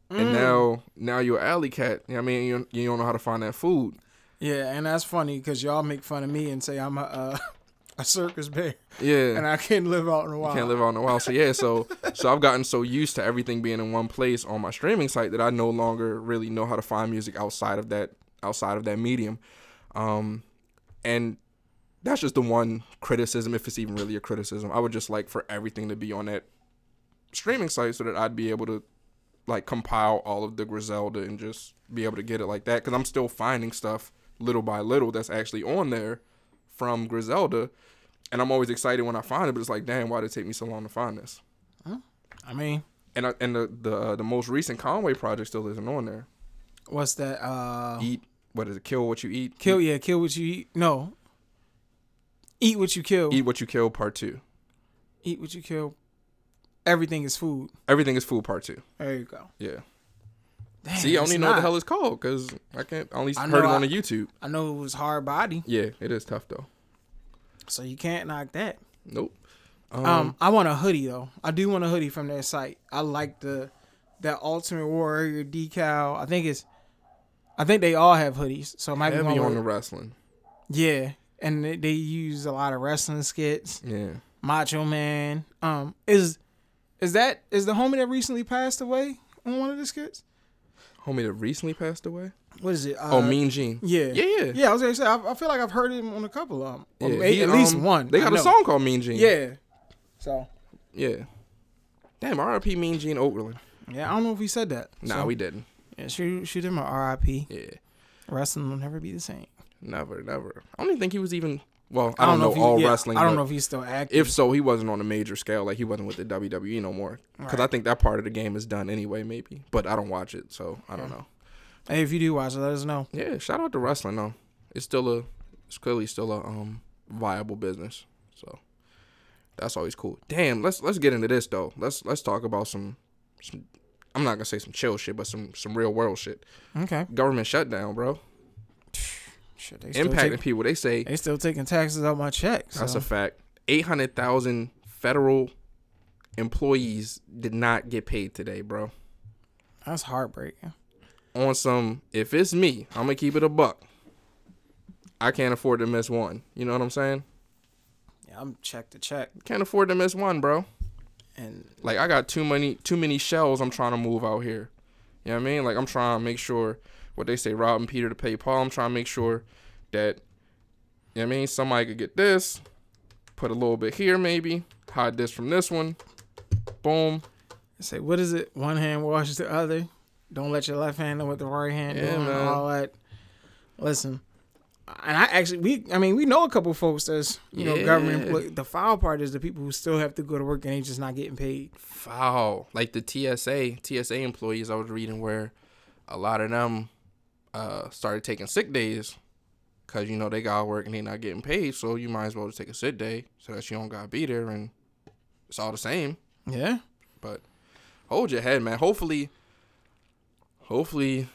Speaker 1: and now now you're an alley cat. You know what I mean, you, you don't know how to find that food.
Speaker 2: Yeah, and that's funny because y'all make fun of me and say I'm a uh, a circus bear
Speaker 1: Yeah,
Speaker 2: and I can't live out in the wild.
Speaker 1: can't live out in the wild. So yeah, so so I've gotten so used to everything being in one place on my streaming site that I no longer really know how to find music outside of that outside of that medium. Um and that's just the one criticism, if it's even really a criticism. I would just like for everything to be on that streaming site so that I'd be able to like compile all of the Griselda and just be able to get it like that. Cause I'm still finding stuff little by little that's actually on there from Griselda. And I'm always excited when I find it, but it's like, damn, why did it take me so long to find this?
Speaker 2: I mean,
Speaker 1: And I, and the the uh, the most recent Conway project still isn't on there.
Speaker 2: what's that? Uh,
Speaker 1: Eat what is it? Kill what you eat.
Speaker 2: kill, yeah, kill what you eat. No, eat what you kill.
Speaker 1: Eat what you kill. Part two.
Speaker 2: eat what you kill. Everything is food.
Speaker 1: Everything is food. Part two.
Speaker 2: There you go.
Speaker 1: Yeah.
Speaker 2: Damn,
Speaker 1: See, I only
Speaker 2: it's
Speaker 1: know what the
Speaker 2: not.
Speaker 1: hell it's called because I can't. I only
Speaker 2: I
Speaker 1: heard it
Speaker 2: know
Speaker 1: on
Speaker 2: I-
Speaker 1: the YouTube.
Speaker 2: I know it was hard body,
Speaker 1: Yeah, it is tough though.
Speaker 2: so you can't knock that.
Speaker 1: Nope. Um,
Speaker 2: Um, I want a hoodie though. I do want a hoodie from their site. I like the that Ultimate Warrior decal. I think it's, I think they all have hoodies, so it might be
Speaker 1: heavy
Speaker 2: one
Speaker 1: on
Speaker 2: where-
Speaker 1: the wrestling.
Speaker 2: Yeah, and they, they use a lot of wrestling skits.
Speaker 1: Yeah.
Speaker 2: Macho Man. Um, is is that is the homie that recently passed away on one of the skits?
Speaker 1: Homie that recently passed away.
Speaker 2: What is it? Uh,
Speaker 1: oh, Mean Gene.
Speaker 2: Yeah,
Speaker 1: Yeah. Yeah.
Speaker 2: yeah. I was gonna say I, I feel like I've heard him on a couple of them, or
Speaker 1: Yeah,
Speaker 2: may-
Speaker 1: he,
Speaker 2: at least
Speaker 1: um,
Speaker 2: one.
Speaker 1: They
Speaker 2: I
Speaker 1: got a
Speaker 2: know.
Speaker 1: song called Mean Gene.
Speaker 2: Yeah. So
Speaker 1: Yeah. Damn. R.I.P. Mean Gene Okerlund.
Speaker 2: yeah, I don't know if we said that.
Speaker 1: Nah,
Speaker 2: So,
Speaker 1: we didn't.
Speaker 2: yeah, shoot shoot him a R.I.P.
Speaker 1: Yeah.
Speaker 2: Wrestling will never be the same.
Speaker 1: Never, never. I don't even think he was even. Well, I don't, know,
Speaker 2: if he-
Speaker 1: all
Speaker 2: yeah,
Speaker 1: wrestling.
Speaker 2: I don't
Speaker 1: but
Speaker 2: know if he's still active.
Speaker 1: If so, he wasn't on a major scale. Like he wasn't with the WWE no more. Because I think that part of the game is done anyway. Maybe, but I don't watch it, so I don't know.
Speaker 2: hey, if you do watch it, let us know.
Speaker 1: Yeah, shout out to wrestling though. It's still a, it's clearly still a um viable business. So that's always cool. Damn, let's let's get into this though. Let's let's talk about some, some I'm not gonna say some chill shit, but some some real world shit.
Speaker 2: Okay.
Speaker 1: Government shutdown, bro.
Speaker 2: Shit, they still,
Speaker 1: Impacting
Speaker 2: take,
Speaker 1: people. They say
Speaker 2: they still taking taxes out my checks.
Speaker 1: That's
Speaker 2: so.
Speaker 1: a fact. 800,000 federal employees did not get paid today, bro.
Speaker 2: That's heartbreaking.
Speaker 1: On some, if it's me, I'm going to keep it a buck. I can't afford to miss one. You know what I'm saying?
Speaker 2: Yeah, I'm check to check,
Speaker 1: Can't afford to miss one, bro.
Speaker 2: and
Speaker 1: Like I got too many too many shells I'm trying to move out here. You know what I mean? Like I'm trying to make sure what they say, robbing Peter to pay Paul. I'm trying to make sure that you know what I mean somebody could get this, put a little bit here maybe, hide this from this one. Boom.
Speaker 2: say what is it? One hand washes the other. Don't let your left hand know what the right hand
Speaker 1: Yeah,
Speaker 2: doing
Speaker 1: man.
Speaker 2: and all that. Listen, and I actually we I mean we know a couple folks that's you know government.
Speaker 1: Yeah.
Speaker 2: employ- The foul part is the people who still have to go to work and they just not getting paid.
Speaker 1: foul. Like the TSA, TSA employees I was reading where a lot of them uh, started taking sick days because, you know, they got to work and they not getting paid. So you might as well just take a sick day so that you don't got to be there and it's all the same.
Speaker 2: Yeah,
Speaker 1: But hold your head, man. Hopefully, hopefully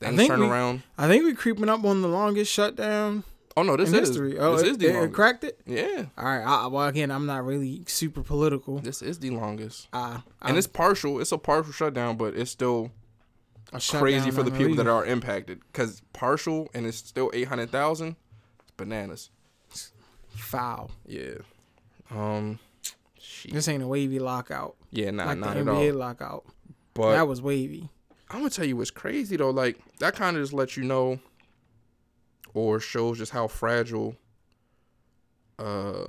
Speaker 1: things
Speaker 2: think
Speaker 1: turn
Speaker 2: we-
Speaker 1: around.
Speaker 2: I think we're creeping up on the longest shutdown
Speaker 1: Oh, no, this
Speaker 2: in
Speaker 1: is.
Speaker 2: history. Oh,
Speaker 1: this
Speaker 2: it,
Speaker 1: is the
Speaker 2: it
Speaker 1: longest.
Speaker 2: cracked it.
Speaker 1: yeah,
Speaker 2: All right. I, well, again, I'm not really super political.
Speaker 1: this is the longest.
Speaker 2: Uh,
Speaker 1: And it's partial. It's a partial shutdown, but it's still crazy for the people that are impacted because partial and it's still 800,000 it's bananas
Speaker 2: foul.
Speaker 1: yeah um shit.
Speaker 2: This ain't a wavy lockout.
Speaker 1: yeah nah,
Speaker 2: like
Speaker 1: not
Speaker 2: the
Speaker 1: at
Speaker 2: NBA
Speaker 1: all
Speaker 2: lockout.
Speaker 1: but
Speaker 2: that was wavy.
Speaker 1: i'm gonna tell you what's crazy though like that kind of just lets you know or shows just how fragile uh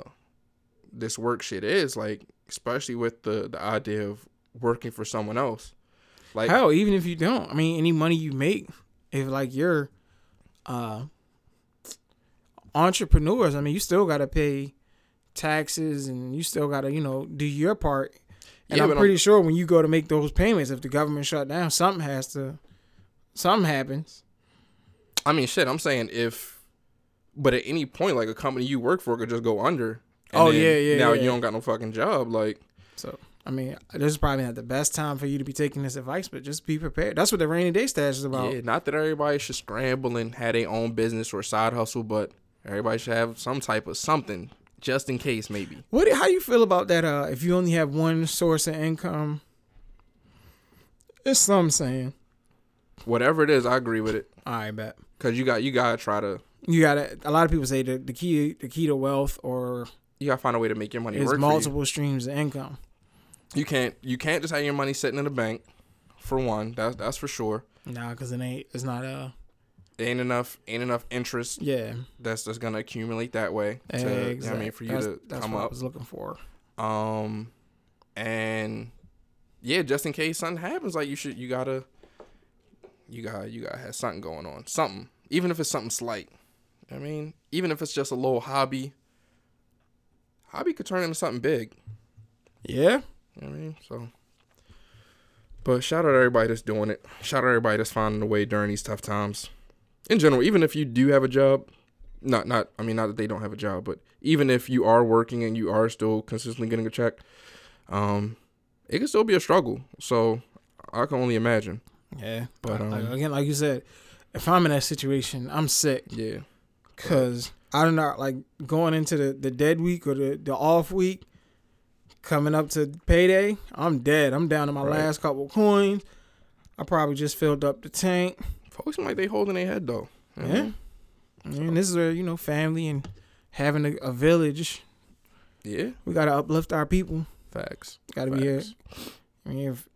Speaker 1: this work shit is like especially with the the idea of working for someone else like
Speaker 2: Hell, even if you don't, I mean, any money you make, if like you're uh, entrepreneurs, I mean, you still gotta pay taxes and you still gotta, you know, do your part. And
Speaker 1: Yeah,
Speaker 2: I'm
Speaker 1: but I'm-
Speaker 2: pretty sure when you go to make those payments, if the government shut down, something has to, something happens.
Speaker 1: I mean, shit, I'm saying if, but at any point, like a company you work for could just go under
Speaker 2: Oh, yeah, yeah,
Speaker 1: Now
Speaker 2: yeah.
Speaker 1: you don't got no fucking job. Like
Speaker 2: So I mean, this is probably not the best time for you to be taking this advice, but just be prepared. That's what the rainy day stash is about.
Speaker 1: yeah, not that everybody should scramble and have their own business or side hustle, but everybody should have some type of something just in case maybe.
Speaker 2: What? How do you feel about that? Uh, if you only have one source of income, it's some saying.
Speaker 1: Whatever it is, I agree with it.
Speaker 2: I bet
Speaker 1: Cause you got you gotta try to
Speaker 2: you gotta. A lot of people say the, the key the key to wealth or
Speaker 1: you gotta find a way to make your money
Speaker 2: is
Speaker 1: work. for you.
Speaker 2: multiple streams of income.
Speaker 1: you can't you can't just have your money sitting in the bank for one that's that's for sure
Speaker 2: Nah, because it ain't. It's not uh
Speaker 1: ain't enough ain't enough interest
Speaker 2: yeah.
Speaker 1: that's just gonna accumulate that way to, you know what i mean for you
Speaker 2: that's,
Speaker 1: to
Speaker 2: that's
Speaker 1: come
Speaker 2: what I
Speaker 1: up
Speaker 2: was looking for.
Speaker 1: um and yeah just in case something happens like you should you gotta you gotta you gotta have something going on something even if it's something slight i mean even if it's just a little hobby hobby could turn into something big
Speaker 2: Yeah.
Speaker 1: You know what I mean? So But shout out to everybody that's doing it. Shout out to everybody that's finding a way during these tough times. In general, even if you do have a job, not not I mean not that they don't have a job, but even if you are working and you are still consistently getting a check, um, it can still be a struggle. So I can only imagine.
Speaker 2: Yeah.
Speaker 1: But,
Speaker 2: But
Speaker 1: um,
Speaker 2: again, like you said, if I'm in that situation, I'm sick.
Speaker 1: Yeah.
Speaker 2: Cause I don't know, like going into the, the dead week or the, the off week, coming up to payday, I'm dead. I'm down to my
Speaker 1: Right.
Speaker 2: last couple coins. I probably just filled up the tank.
Speaker 1: Folks seem like they holding their head though. You know what I
Speaker 2: Yeah.
Speaker 1: mean?
Speaker 2: And this is where, you know, family and having a, a village.
Speaker 1: Yeah.
Speaker 2: We gotta uplift our people.
Speaker 1: Facts.
Speaker 2: Gotta be here.
Speaker 1: Facts.
Speaker 2: I mean if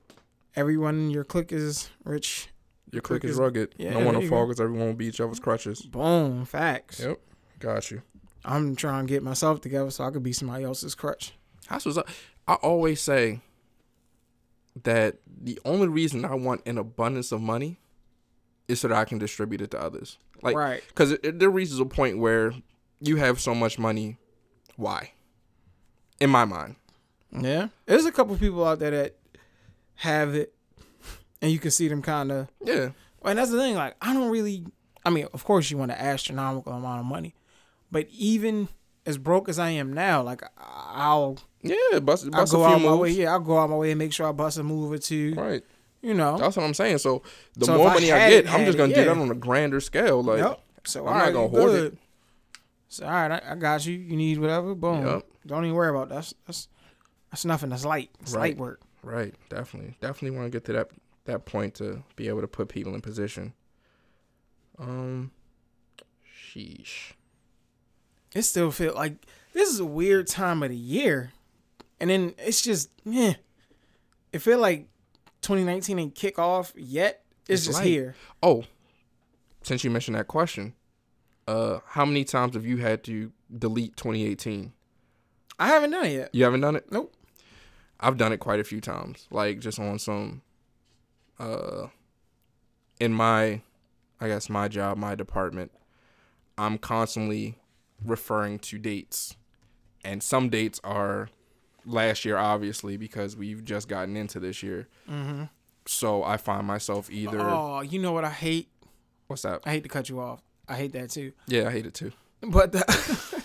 Speaker 2: everyone in your clique is rich,
Speaker 1: Your clique
Speaker 2: Clique
Speaker 1: is
Speaker 2: is-
Speaker 1: rugged.
Speaker 2: yeah,
Speaker 1: no one
Speaker 2: there
Speaker 1: will
Speaker 2: you
Speaker 1: fall
Speaker 2: go.
Speaker 1: because everyone will be each other's crutches.
Speaker 2: boom, facts.
Speaker 1: Yep. Got you.
Speaker 2: I'm trying to get myself together so I could be somebody else's crutch.
Speaker 1: That's what's up. I always say that the only reason I want an abundance of money is so that I can distribute it to others. Like,
Speaker 2: right.
Speaker 1: because there reaches a point where you have so much money, why? In my mind,
Speaker 2: Yeah. There's a couple people out there that have it and you can see them kind of.
Speaker 1: yeah,
Speaker 2: And that's the thing. Like, I don't really. I mean, of course, you want an astronomical amount of money. But even as broke as I am now, like, I'll,
Speaker 1: yeah. Bust,
Speaker 2: I'll
Speaker 1: bust a
Speaker 2: go
Speaker 1: few
Speaker 2: out
Speaker 1: moves.
Speaker 2: my way. Yeah, I'll go out my way and make sure I bust a move or two.
Speaker 1: Right.
Speaker 2: You know?
Speaker 1: That's what I'm saying. So the
Speaker 2: So if
Speaker 1: more
Speaker 2: I
Speaker 1: money I,
Speaker 2: had it,
Speaker 1: get, I'm
Speaker 2: had
Speaker 1: just
Speaker 2: it,
Speaker 1: gonna
Speaker 2: yeah.
Speaker 1: do that on a grander scale. Like,
Speaker 2: Yep. So,
Speaker 1: I'm
Speaker 2: all
Speaker 1: not
Speaker 2: right,
Speaker 1: gonna
Speaker 2: you
Speaker 1: hoard it.
Speaker 2: good. So, all right, I, I got you. You need whatever. Boom.
Speaker 1: Yep.
Speaker 2: Don't even worry about that. That's, that's, that's nothing. That's light. It's
Speaker 1: Right.
Speaker 2: light work.
Speaker 1: right, definitely, definitely want to get to that that point to be able to put people in position. Um, sheesh.
Speaker 2: it still feel like this is a weird time of the year, and then it's just yeah, it feel like 2019 ain't kick off yet. It's,
Speaker 1: It's
Speaker 2: just
Speaker 1: light.
Speaker 2: here.
Speaker 1: Oh, since you mentioned that question, uh, how many times have you had to delete 2018?
Speaker 2: I haven't done it yet.
Speaker 1: You haven't done it?
Speaker 2: Nope.
Speaker 1: I've done it quite a few times, like just on some, uh, in my, I guess my job, my department, I'm constantly referring to dates, and some dates are last year, obviously, because we've just gotten into this year.
Speaker 2: Mm-hmm.
Speaker 1: So I find myself either
Speaker 2: Oh, you know what I hate?
Speaker 1: what's that?
Speaker 2: I hate to cut you off. I hate that too.
Speaker 1: Yeah, I hate it too.
Speaker 2: But the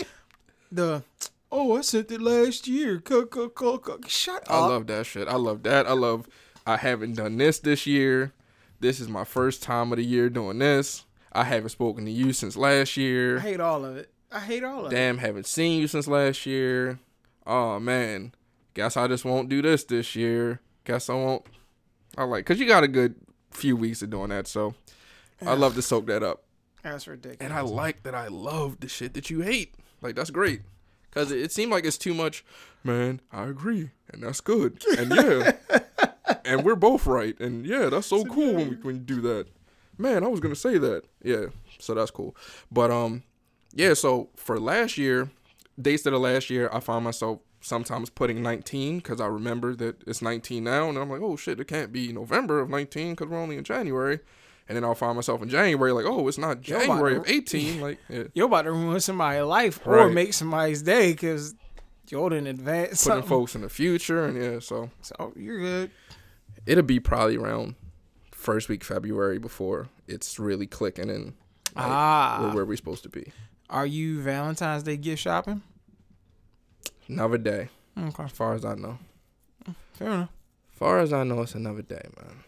Speaker 2: the oh, I sent it last year. Cuck, cuck, cuck, cuck. Shut
Speaker 1: I
Speaker 2: up.
Speaker 1: love that shit. I love that. I love. I haven't done this this year. This is my first time of the year doing this. I haven't spoken to you since last
Speaker 2: I
Speaker 1: year.
Speaker 2: hate all of it. I hate all of it.
Speaker 1: Damn, haven't seen you since last year. Oh man, guess I just won't do this this year. Guess I won't. I like because you got a good few weeks of doing that, so I love to soak that up.
Speaker 2: That's ridiculous.
Speaker 1: And I like that I love the shit that you hate. Like that's great. Cause it, it seemed like it's too much. Man, I agree, and that's good. And yeah, and we're both right. And yeah, that's so cool when we when you do that. Man, I was gonna say that. Yeah, so that's cool. But um, yeah. So for last year, dates that are last year, I find myself sometimes putting 19 because I remember that it's 19 now, and I'm like, oh shit, it can't be November of 19 because we're only in January. And then I'll find myself in January, like, oh, it's not
Speaker 2: about
Speaker 1: January
Speaker 2: to-
Speaker 1: of 18. Like, yeah.
Speaker 2: you're about to ruin somebody's life or
Speaker 1: Right.
Speaker 2: make somebody's day because you're in advance.
Speaker 1: putting
Speaker 2: Something.
Speaker 1: folks in the future, and yeah, so
Speaker 2: So you're good.
Speaker 1: it'll be probably around first week February before it's really clicking and like,
Speaker 2: ah,
Speaker 1: we're where we're supposed to be.
Speaker 2: are you Valentine's Day gift shopping?
Speaker 1: Another day,
Speaker 2: Okay,
Speaker 1: as far as I know.
Speaker 2: fair enough.
Speaker 1: As far as I know, it's another day, man.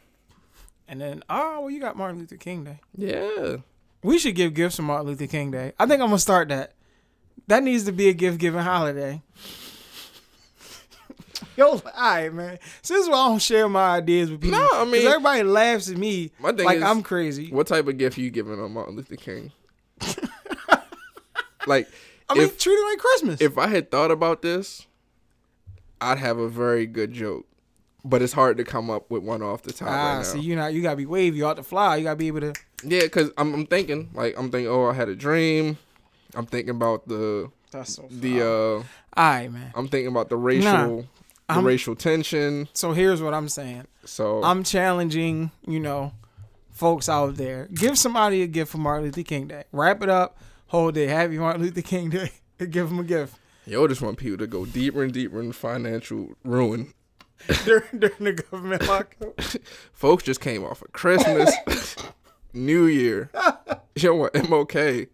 Speaker 2: And then oh, well, you got Martin Luther King Day.
Speaker 1: Yeah.
Speaker 2: We should give gifts for Martin Luther King Day. I think I'm gonna start that. That needs to be a gift giving holiday. Yo, all right, man. So this is why I don't share my ideas with people.
Speaker 1: No, I
Speaker 2: 'Cause
Speaker 1: mean-
Speaker 2: everybody laughs at me
Speaker 1: My thing
Speaker 2: like
Speaker 1: is,
Speaker 2: I'm crazy.
Speaker 1: what type of gift you giving on Martin Luther King? like,
Speaker 2: I mean,
Speaker 1: if-
Speaker 2: treat it like Christmas.
Speaker 1: if I had thought about this, I'd have a very good joke. But it's hard to come up with one off the top
Speaker 2: ah,
Speaker 1: right now.
Speaker 2: so you not you gotta be wavy, you ought to fly, you gotta be able to.
Speaker 1: Yeah, because I'm, I'm thinking, like, I'm thinking, oh, I had a dream. I'm thinking about the
Speaker 2: That's so.
Speaker 1: the uh
Speaker 2: all right, man.
Speaker 1: I'm thinking about the racial the
Speaker 2: I'm-
Speaker 1: racial tension.
Speaker 2: So here's what I'm saying.
Speaker 1: So
Speaker 2: I'm challenging, you know, folks out there. Give somebody a gift for Martin Luther King Day. Wrap it up, whole day. Happy Martin Luther King Day. and give them a gift
Speaker 1: yo, I just want people to go deeper and deeper in financial ruin.
Speaker 2: during, during the government lockout.
Speaker 1: Folks just came off of Christmas, New Year. Yo, what MLK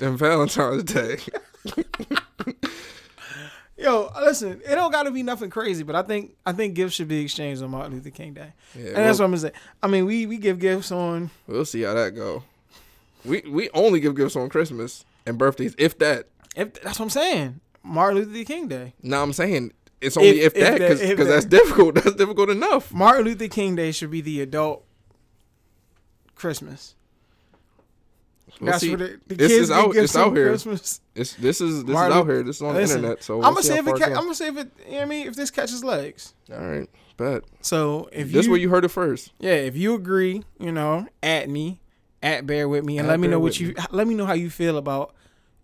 Speaker 1: and Valentine's Day.
Speaker 2: Yo, listen, it don't gotta be nothing crazy, but I think I think gifts should be exchanged on Martin Luther King Day.
Speaker 1: Yeah,
Speaker 2: and that's what
Speaker 1: we'll,
Speaker 2: I'm gonna say. I mean, we we give gifts on
Speaker 1: we'll see how that go. We we only give gifts on Christmas and birthdays, if that.
Speaker 2: if that's what I'm saying. Martin Luther King Day.
Speaker 1: Now I'm saying it's only
Speaker 2: If-
Speaker 1: if, that
Speaker 2: if that-
Speaker 1: 'cause that
Speaker 2: if
Speaker 1: because
Speaker 2: that.
Speaker 1: that's difficult. That's difficult enough.
Speaker 2: Martin Luther King Day should be the adult Christmas.
Speaker 1: We'll
Speaker 2: That's
Speaker 1: see.
Speaker 2: what it, the
Speaker 1: This
Speaker 2: kids
Speaker 1: is
Speaker 2: get
Speaker 1: out-
Speaker 2: gifts
Speaker 1: it's out
Speaker 2: on
Speaker 1: here.
Speaker 2: Christmas.
Speaker 1: It's this is this
Speaker 2: Martin
Speaker 1: is out
Speaker 2: Luther-
Speaker 1: here. This is on
Speaker 2: Listen,
Speaker 1: the internet. So
Speaker 2: I'm
Speaker 1: we'll
Speaker 2: gonna
Speaker 1: see
Speaker 2: see
Speaker 1: how
Speaker 2: if it.
Speaker 1: far
Speaker 2: Ca-
Speaker 1: it
Speaker 2: I'm
Speaker 1: goes.
Speaker 2: gonna see if it. You know what I mean, if this catches legs.
Speaker 1: All right, bet.
Speaker 2: So if
Speaker 1: That's
Speaker 2: you,
Speaker 1: where you heard it first.
Speaker 2: yeah, if you agree, you know, at me, at bear with me, and
Speaker 1: At
Speaker 2: let me
Speaker 1: Bear
Speaker 2: know what
Speaker 1: With
Speaker 2: you.
Speaker 1: Me.
Speaker 2: Let me know how you feel about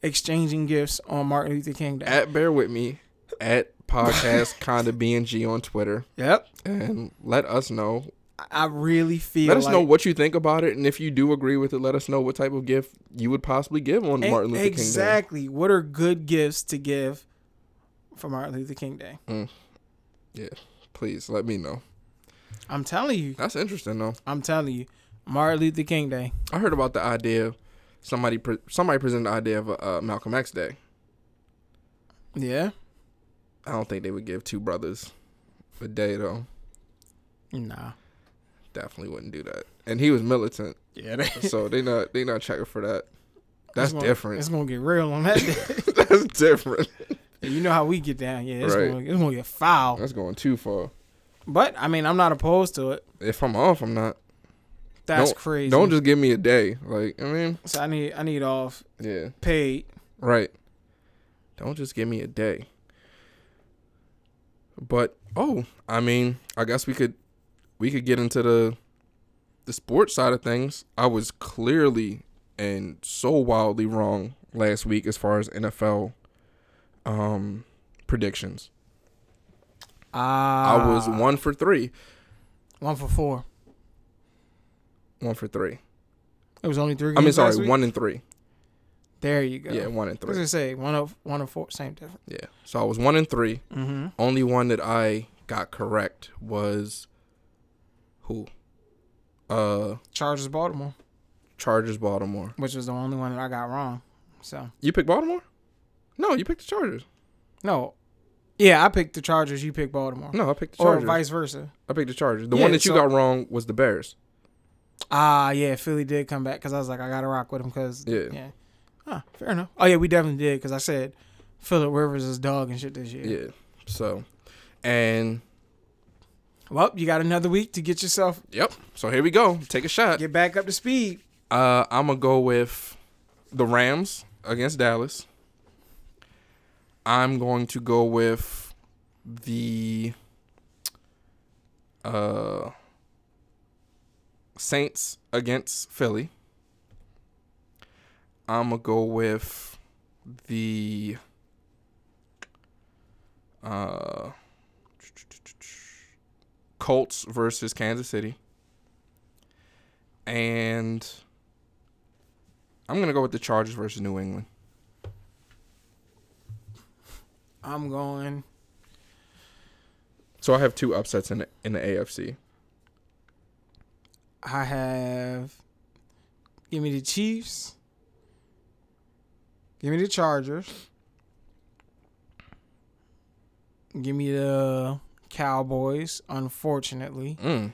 Speaker 2: exchanging gifts on Martin Luther King Day.
Speaker 1: At bear with me at podcast kinda bng on Twitter
Speaker 2: yep,
Speaker 1: and let us know.
Speaker 2: I- I really feel.
Speaker 1: Let us
Speaker 2: like,
Speaker 1: know what you think about it, and if you do agree with it, let us know what type of gift you would possibly give on
Speaker 2: E-
Speaker 1: Martin Luther
Speaker 2: exactly what are good gifts to give for Martin Luther King Day.
Speaker 1: King Day. Yeah, please let me know.
Speaker 2: I'm telling you,
Speaker 1: That's interesting though.
Speaker 2: I'm telling you, Martin Luther King Day.
Speaker 1: I heard about the idea. Somebody pre- somebody presented the idea of uh, Malcolm X Day.
Speaker 2: Yeah,
Speaker 1: I don't think they would give two brothers a day though.
Speaker 2: nah,
Speaker 1: Definitely wouldn't do that. And he was militant.
Speaker 2: yeah, they,
Speaker 1: so they not they not checking for that. That's
Speaker 2: it's gonna- It's
Speaker 1: different.
Speaker 2: gonna get real on that day.
Speaker 1: That's different.
Speaker 2: Yeah, You know how we get down. Yeah, it's,
Speaker 1: Right.
Speaker 2: gonna, it's gonna get foul.
Speaker 1: That's going too far.
Speaker 2: But I mean, I'm not opposed to it.
Speaker 1: If I'm off, I'm not.
Speaker 2: That's
Speaker 1: Don't-
Speaker 2: crazy.
Speaker 1: Don't just give me a day. Like I mean,
Speaker 2: So I need I need off
Speaker 1: yeah,
Speaker 2: paid.
Speaker 1: right. Don't just give me a day. But oh, I mean, I guess we could we could get into the the sports side of things. I was clearly and so wildly wrong last week as far as NFL um predictions.
Speaker 2: Ah,
Speaker 1: I was one for three.
Speaker 2: one for four.
Speaker 1: One for three.
Speaker 2: It was only three.
Speaker 1: I mean,
Speaker 2: games
Speaker 1: sorry,
Speaker 2: last week?
Speaker 1: one and three.
Speaker 2: There you go.
Speaker 1: Yeah, one and
Speaker 2: I
Speaker 1: three.
Speaker 2: was gonna say one of one of four, same difference.
Speaker 1: Yeah. So I was one and three.
Speaker 2: Mm-hmm.
Speaker 1: Only one that I got correct was who? Uh,
Speaker 2: Chargers Baltimore,
Speaker 1: Chargers Baltimore.
Speaker 2: which was the only one that I got wrong. So
Speaker 1: You picked Baltimore? No, you picked the Chargers.
Speaker 2: no, yeah, I picked the Chargers. You picked Baltimore,
Speaker 1: No, I picked the
Speaker 2: or
Speaker 1: Mm, Chargers.
Speaker 2: vice versa.
Speaker 1: I picked the Chargers. The
Speaker 2: Yeah,
Speaker 1: one that you
Speaker 2: so-
Speaker 1: got wrong was the Bears.
Speaker 2: Ah, yeah, Philly did come back because I was like, I gotta rock with him because
Speaker 1: Yeah.
Speaker 2: Yeah. Huh, fair enough. Oh yeah, we definitely did because I said Philip Rivers is dog and shit this year.
Speaker 1: Yeah. So, and
Speaker 2: Well, you got another week to get yourself
Speaker 1: yep. So here we go. Take a shot.
Speaker 2: get back up to speed.
Speaker 1: Uh, I'm gonna go with the Rams against Dallas. I'm going to go with the uh, Saints against Philly. I'm gonna go with the uh, Colts versus Kansas City, and I'm gonna go with the Chargers versus New England.
Speaker 2: I'm going.
Speaker 1: So I have two upsets in the, in the AFC.
Speaker 2: I have. Give me the Chiefs. Give me the Chargers. Give me the Cowboys. Unfortunately,
Speaker 1: Mm.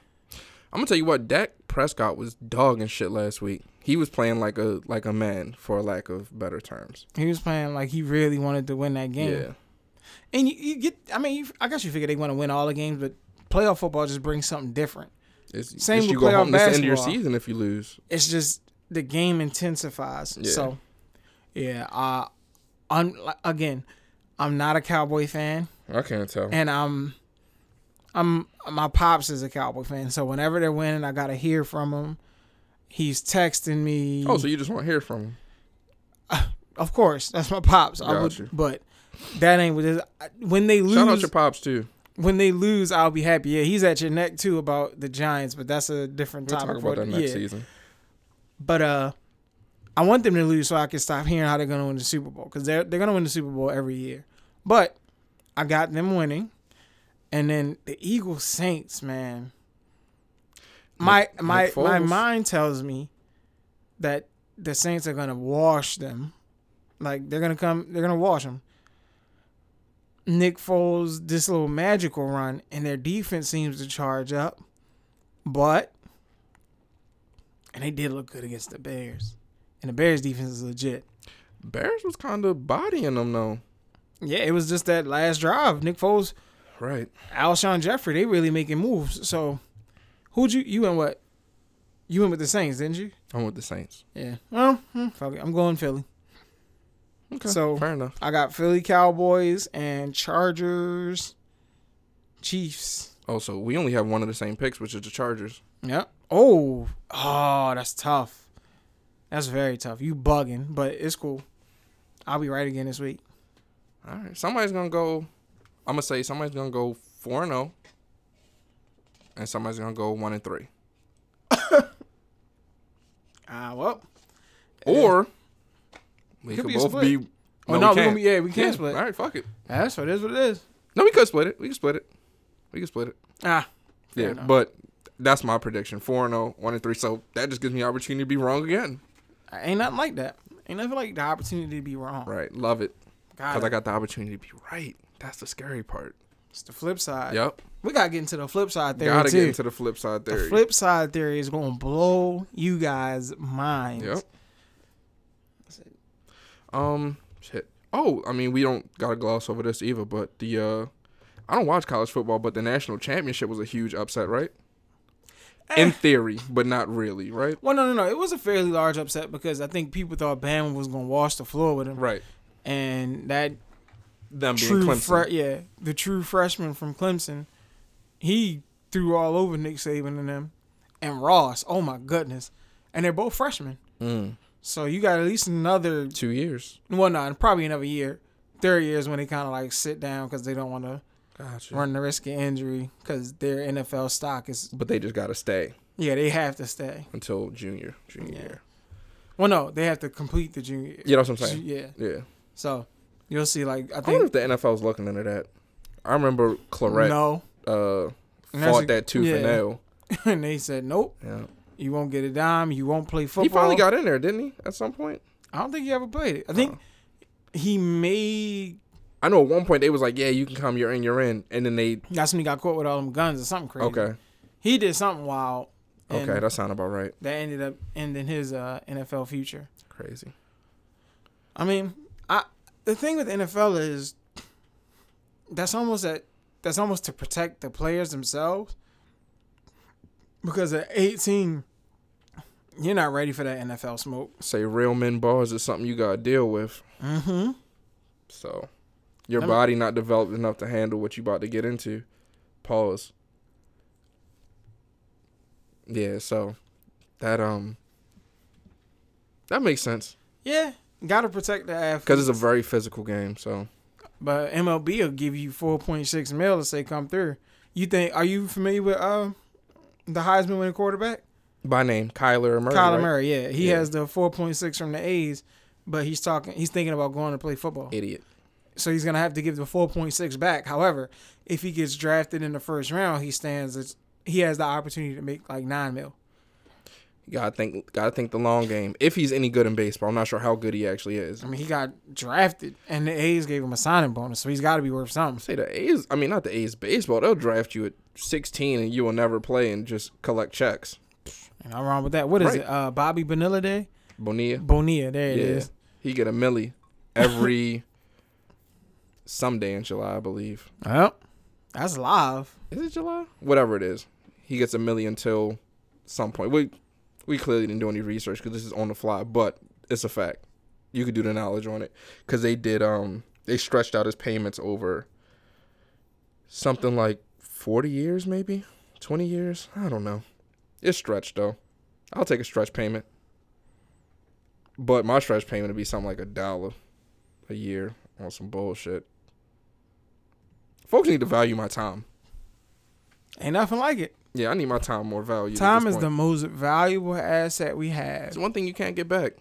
Speaker 1: I'm gonna tell you what, Dak Prescott was dogging shit last week. He was playing like a like a man, for lack of better terms.
Speaker 2: he was playing like he really wanted to win that game.
Speaker 1: Yeah,
Speaker 2: And you, you get, I mean, you, I guess you figure they want to win all the games, but playoff football just brings something different.
Speaker 1: it's,
Speaker 2: Same
Speaker 1: it's you
Speaker 2: with
Speaker 1: go
Speaker 2: playoff
Speaker 1: home. That's the end of your
Speaker 2: basketball.
Speaker 1: season if you lose.
Speaker 2: It's just the game intensifies.
Speaker 1: Yeah.
Speaker 2: So, yeah, uh, I'm like, again, I'm not a Cowboy fan,
Speaker 1: I can't tell.
Speaker 2: and I'm, I'm my pops is a Cowboy fan. So whenever they're winning, I gotta hear from him. He's texting me.
Speaker 1: oh, so you just want to hear from him?
Speaker 2: of course, that's my pops. I
Speaker 1: Gotcha.
Speaker 2: would, but that ain't what it is. I- When they lose,
Speaker 1: Shout out your pops too.
Speaker 2: when they lose, I'll be happy. Yeah, he's at your neck too about the Giants, but that's a different
Speaker 1: We'll
Speaker 2: topic.
Speaker 1: talk about
Speaker 2: for-
Speaker 1: that next
Speaker 2: yeah.
Speaker 1: season.
Speaker 2: But uh, I want them to lose so I can stop hearing how they're going to win the Super Bowl because they're they're going to win the Super Bowl every year. But I got them winning, and then the Eagles Saints, man. My
Speaker 1: Nick-
Speaker 2: my
Speaker 1: Nick
Speaker 2: my
Speaker 1: Foles.
Speaker 2: mind tells me that the Saints are going to wash them, like they're going to come, they're going to wash them. Nick Foles this little magical run, and their defense seems to charge up, but and they did look good against the Bears. And the Bears defense is legit.
Speaker 1: Bears was kind of bodying them though.
Speaker 2: Yeah, it was just that last drive. Nick Foles,
Speaker 1: Right.
Speaker 2: Alshon Jeffrey, they really making moves. So who'd you you went what? You went with the Saints, didn't you?
Speaker 1: I'm with the Saints.
Speaker 2: Yeah. Well, hmm, fuck it. I'm going Philly.
Speaker 1: Okay.
Speaker 2: So-
Speaker 1: fair enough.
Speaker 2: I got Philly Cowboys and Chargers Chiefs.
Speaker 1: Oh, so we only have one of the same picks, which is the Chargers.
Speaker 2: Yep. Oh. Oh, that's tough. That's very tough. You bugging, but it's cool. I'll be right again this week.
Speaker 1: All right. Somebody's gonna go. I'm gonna say somebody's gonna go four and zero, and somebody's gonna go one and three.
Speaker 2: Ah, well.
Speaker 1: Or we
Speaker 2: Could
Speaker 1: could
Speaker 2: be a
Speaker 1: both
Speaker 2: split.
Speaker 1: be. No,
Speaker 2: Oh, no, we
Speaker 1: can't.
Speaker 2: gonna be- yeah, we can't split.
Speaker 1: All right, fuck it.
Speaker 2: That's what it is what it is.
Speaker 1: No, we could split it. We could split it. We could split it.
Speaker 2: Ah, Fair
Speaker 1: yeah,
Speaker 2: enough.
Speaker 1: but that's my prediction: four and 0, 1 and three. So that just gives me opportunity to be wrong again.
Speaker 2: ain't nothing like that. Ain't nothing like the opportunity to be wrong.
Speaker 1: Right, love it
Speaker 2: God,
Speaker 1: because I got the opportunity to be right. That's the scary part.
Speaker 2: it's the flip side.
Speaker 1: Yep,
Speaker 2: We gotta get into the flip side theory
Speaker 1: gotta
Speaker 2: too.
Speaker 1: get into the flip side
Speaker 2: the
Speaker 1: theory.
Speaker 2: flip side theory is gonna blow you guys' minds.
Speaker 1: Yep. Um, shit. Oh, I mean, we don't gotta gloss over this either. But the uh, I don't watch college football, but the national championship was a huge upset, right?
Speaker 2: Eh.
Speaker 1: In theory, but not really, right?
Speaker 2: Well, no, no, no. It was a fairly large upset because I think people thought Bama was gonna wash the floor with him,
Speaker 1: Right.
Speaker 2: and that
Speaker 1: Them being
Speaker 2: true,
Speaker 1: Clemson.
Speaker 2: fre- yeah, the true freshman from Clemson, he threw all over Nick Saban and them, and Ross. Oh my goodness, and they're both freshmen.
Speaker 1: Mm.
Speaker 2: So you got at least another
Speaker 1: Two years.
Speaker 2: well, no, probably another year. Third year is when they kind of like sit down because they don't want to
Speaker 1: Gotcha.
Speaker 2: run the risk of injury because their NFL stock is
Speaker 1: But they just gotta stay
Speaker 2: yeah they have to stay.
Speaker 1: until junior, junior
Speaker 2: Yeah.
Speaker 1: year.
Speaker 2: Well, no, they have to complete the junior.
Speaker 1: You know what I'm saying?
Speaker 2: Yeah,
Speaker 1: Yeah.
Speaker 2: so you'll see. Like I
Speaker 1: I wonder if
Speaker 2: think
Speaker 1: the NFL's looking into that. I remember Claret
Speaker 2: no,
Speaker 1: uh,
Speaker 2: And that's
Speaker 1: fought
Speaker 2: a-
Speaker 1: that tooth
Speaker 2: yeah.
Speaker 1: and nail.
Speaker 2: and they said nope.
Speaker 1: Yeah.
Speaker 2: You won't get a dime. You won't play football.
Speaker 1: He finally got in there, didn't he? At some point,
Speaker 2: I don't think he ever played it. I think
Speaker 1: Uh-huh.
Speaker 2: he may.
Speaker 1: I know at one point they was like, "Yeah, you can come. You're in. You're in." And then they,
Speaker 2: That's when he got caught with all them guns or something crazy.
Speaker 1: okay,
Speaker 2: He did something wild. and
Speaker 1: okay, that sound about right.
Speaker 2: that ended up ending his uh, NFL future.
Speaker 1: Crazy.
Speaker 2: I mean, I the thing with NFL is that's almost that that's almost to protect the players themselves because at 18 you're not ready for that NFL smoke.
Speaker 1: Say real men bars is something you gotta deal with.
Speaker 2: Mm-hmm.
Speaker 1: So, your
Speaker 2: Let me-
Speaker 1: body not developed enough to handle what you about to get into. Pause. Yeah. So, that um, that makes sense.
Speaker 2: Yeah, got to protect the athlete.
Speaker 1: Because it's a very physical game, so
Speaker 2: but MLB will give you 4.6 mil to say come through. You think are you familiar with uh, the Heisman winning quarterback?
Speaker 1: by name Kyler Murray.
Speaker 2: Kyler
Speaker 1: right?
Speaker 2: Murray, yeah. He
Speaker 1: Yeah.
Speaker 2: has the 4.6 from the A's, but he's talking he's thinking about going to play football.
Speaker 1: idiot.
Speaker 2: So he's going to have to give the 4.6 back. However, if he gets drafted in the first round, he stands as- he has the opportunity to make like 9 mil.
Speaker 1: Gotta think, gotta think the long game. If he's any good in baseball, I'm not sure how good he actually is.
Speaker 2: I mean, he got drafted, and the A's gave him a signing bonus, so he's got to be worth something.
Speaker 1: Say the A's, I mean not the A's baseball. They'll draft you at 16 and you will never play and just collect checks.
Speaker 2: And I'm wrong with that. What is
Speaker 1: Right.
Speaker 2: it? Uh, Bobby Bonilla Day?
Speaker 1: Bonilla,
Speaker 2: Bonilla. There it
Speaker 1: yeah,
Speaker 2: is.
Speaker 1: he get a milli every someday in July, I believe.
Speaker 2: Well, that's live.
Speaker 1: Is it July? Whatever it is, he gets a milli until some point. We we clearly didn't do any research because this is on the fly, but it's a fact. You could do the knowledge on it because they did. Um, they stretched out his payments over something like forty years, maybe twenty years. I don't know. It's stretched though. I'll take a stretch payment, but my stretch payment would be something like a dollar a year on some bullshit. Folks need to value my time.
Speaker 2: Ain't nothing like it.
Speaker 1: Yeah, I need my time more valued.
Speaker 2: Time is the most valuable asset we have.
Speaker 1: it's one thing you can't get back.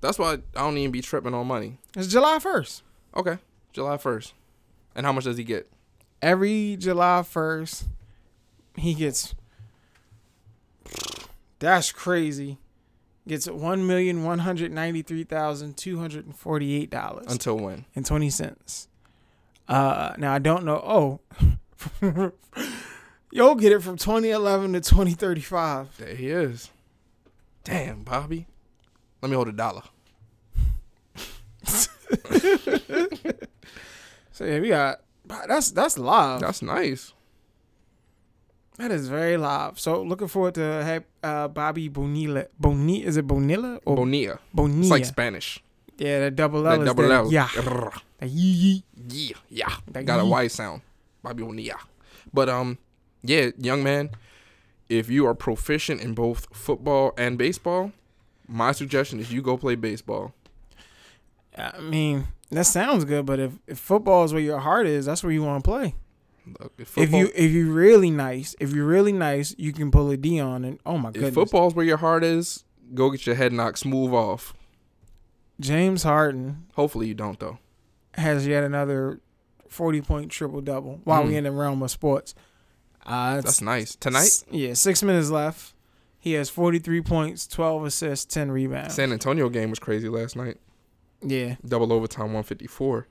Speaker 1: That's why I don't even be tripping on money.
Speaker 2: It's July 1st.
Speaker 1: Okay, July first, and how much does he get?
Speaker 2: Every July 1st, he gets. That's crazy. Gets one million one hundred ninety three thousand two hundred and forty eight dollars.
Speaker 1: Until when?
Speaker 2: and twenty cents. Uh, now I don't know. Oh, you'll get it from twenty eleven to twenty thirty five.
Speaker 1: There he is. Damn, Bobby. Let me hold a dollar.
Speaker 2: So yeah, we got that's that's live.
Speaker 1: That's nice.
Speaker 2: That is very live. So looking forward to have uh, Bobby Bonilla. Bonilla is it Bonilla or
Speaker 1: Bonilla.
Speaker 2: Oh, Bonilla?
Speaker 1: It's like Spanish.
Speaker 2: yeah, that double L
Speaker 1: That
Speaker 2: is
Speaker 1: double
Speaker 2: there.
Speaker 1: L.
Speaker 2: Yeah,
Speaker 1: Grr.
Speaker 2: That yee yee.
Speaker 1: Yeah, yeah.
Speaker 2: That
Speaker 1: Got a
Speaker 2: yee.
Speaker 1: Y sound. Bobby Bonilla. But um, yeah, young man, if you are proficient in both football and baseball, my suggestion is you go play baseball.
Speaker 2: I mean, that sounds good, but if, if football is where your heart is, that's where you want to play.
Speaker 1: Look, football-
Speaker 2: If you if you really nice, if you're really nice, you can pull a Dion and oh my
Speaker 1: If
Speaker 2: goodness,
Speaker 1: football's where your heart is, go get your head knocked smooth off.
Speaker 2: James Harden
Speaker 1: Hopefully you don't though.
Speaker 2: has yet another 40 point triple double while we
Speaker 1: Mm.
Speaker 2: in the realm of sports. Uh, it's-
Speaker 1: That's nice. Tonight,
Speaker 2: s- Yeah, six minutes left. He has 43 points, 12 assists, 10 rebounds.
Speaker 1: San Antonio game was crazy last night.
Speaker 2: Yeah.
Speaker 1: Double overtime 154,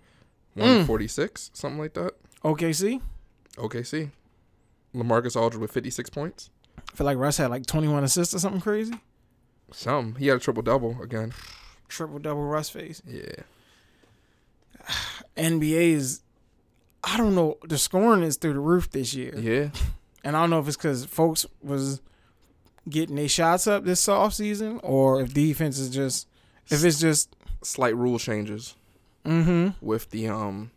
Speaker 2: Mm.
Speaker 1: 146, something like that.
Speaker 2: OKC,
Speaker 1: OKC. LaMarcus Aldridge with 56 points.
Speaker 2: I feel like Russ had like 21 assists or something crazy.
Speaker 1: Some. He had a triple double again.
Speaker 2: Triple double Russ face.
Speaker 1: Yeah.
Speaker 2: NBA is, I don't know, the scoring is through the roof this year.
Speaker 1: Yeah.
Speaker 2: And I don't know if it's because folks was getting their shots up this offseason or if defense is just, if it's just,
Speaker 1: Slight rule changes
Speaker 2: mm hmm.
Speaker 1: with the um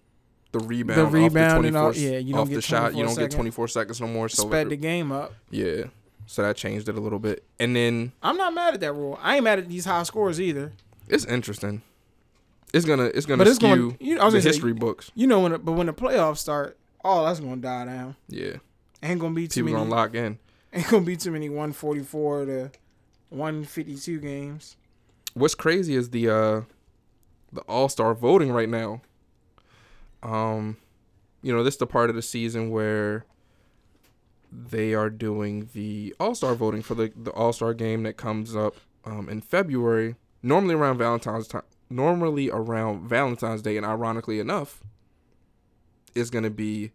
Speaker 1: the rebound, off the
Speaker 2: rebound
Speaker 1: 24
Speaker 2: and all- yeah, you don't
Speaker 1: off
Speaker 2: get
Speaker 1: the shot. You
Speaker 2: 24
Speaker 1: don't get
Speaker 2: seconds.
Speaker 1: 24 seconds no more. So
Speaker 2: sped the game up.
Speaker 1: yeah. So that changed it a little bit. And then
Speaker 2: I'm not mad at that rule. I ain't mad at these high scores either.
Speaker 1: It's interesting. It's gonna it's gonna
Speaker 2: But it's
Speaker 1: skew
Speaker 2: going. You know, I was
Speaker 1: the
Speaker 2: gonna say,
Speaker 1: history books.
Speaker 2: you know when, it, but when the playoffs start, all that's gonna die down.
Speaker 1: Yeah,
Speaker 2: Ain't gonna be too
Speaker 1: people
Speaker 2: many.
Speaker 1: gonna lock in.
Speaker 2: Ain't gonna be too many 144 to 152 games.
Speaker 1: What's crazy is the uh the All Star voting right now. Um, you know this is the part of the season where they are doing the All Star voting for the the All Star game that comes up um, in February. Normally around Valentine's time. Normally around Valentine's Day, and ironically enough, is gonna be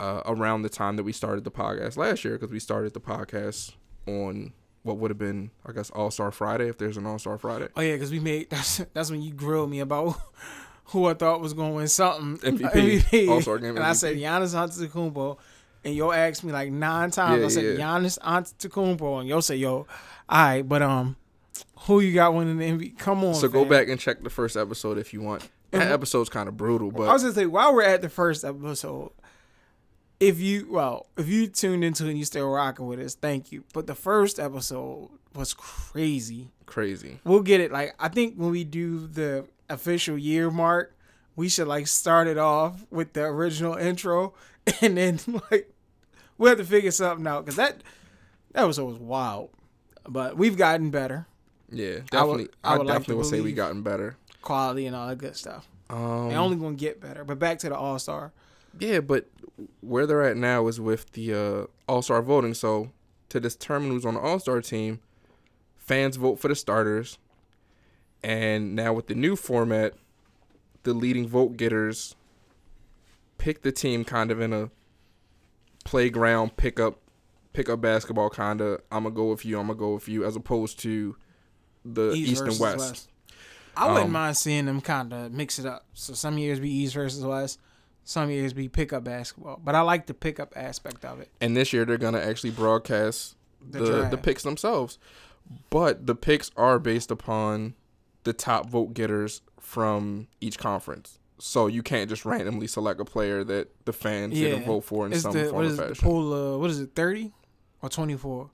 Speaker 1: uh, around the time that we started the podcast last year because we started the podcast on what would have been, I guess, All Star Friday if there's an All Star Friday.
Speaker 2: Oh yeah, because we made that's that's when you grilled me about who I thought was gonna win something
Speaker 1: MVP,
Speaker 2: MVP.
Speaker 1: All-Star game
Speaker 2: and I
Speaker 1: MVP.
Speaker 2: said Giannis Antetokounmpo. And yo asked me like nine times.
Speaker 1: Yeah,
Speaker 2: I said
Speaker 1: yeah.
Speaker 2: Giannis Antetokounmpo, and yo said yo, all right, but um, who you got winning the MVP? Come on,
Speaker 1: So go
Speaker 2: fam.
Speaker 1: back and check the first episode if you want. That episode's kind of brutal,
Speaker 2: Mm-hmm. I
Speaker 1: but
Speaker 2: was gonna say while we're at the first episode, if you well, if you tuned into and you still rocking with us, thank you. But the first episode was crazy.
Speaker 1: crazy.
Speaker 2: We'll get it. Like I think when we do the official year mark, we should like start it off with the original intro, and then like we have to figure something out because that that was always wild. But we've gotten better
Speaker 1: Yeah, definitely.
Speaker 2: I
Speaker 1: I,
Speaker 2: would- I would like
Speaker 1: definitely
Speaker 2: to
Speaker 1: will say we
Speaker 2: believe-
Speaker 1: gotten better.
Speaker 2: quality and all that good stuff.
Speaker 1: Um,
Speaker 2: They're only gonna get better. But back to the All Star.
Speaker 1: Yeah, but where they're at now is with the uh, All Star voting. So to determine who's on the All Star team, Fans vote for the starters. And now with the new format, the leading vote getters pick the team kind of in a playground pickup pickup basketball kind of I'm going to go with you, I'm going to go with you as opposed to the
Speaker 2: East
Speaker 1: East, and
Speaker 2: versus
Speaker 1: West.
Speaker 2: West. I wouldn't
Speaker 1: Um,
Speaker 2: mind seeing them kind of mix it up. So some years be East versus West, some years be pickup basketball. But I like the pickup aspect of it.
Speaker 1: And this year they're going to actually broadcast
Speaker 2: The,
Speaker 1: the, the
Speaker 2: draft.
Speaker 1: picks themselves. But the picks are based upon the top vote getters from each conference. So you can't just randomly select a player that the fans didn't
Speaker 2: Yeah.
Speaker 1: vote for in
Speaker 2: It's
Speaker 1: some
Speaker 2: the
Speaker 1: form
Speaker 2: what
Speaker 1: or
Speaker 2: is it, the
Speaker 1: fashion.
Speaker 2: pool? Uh, what is it? Thirty or twenty four?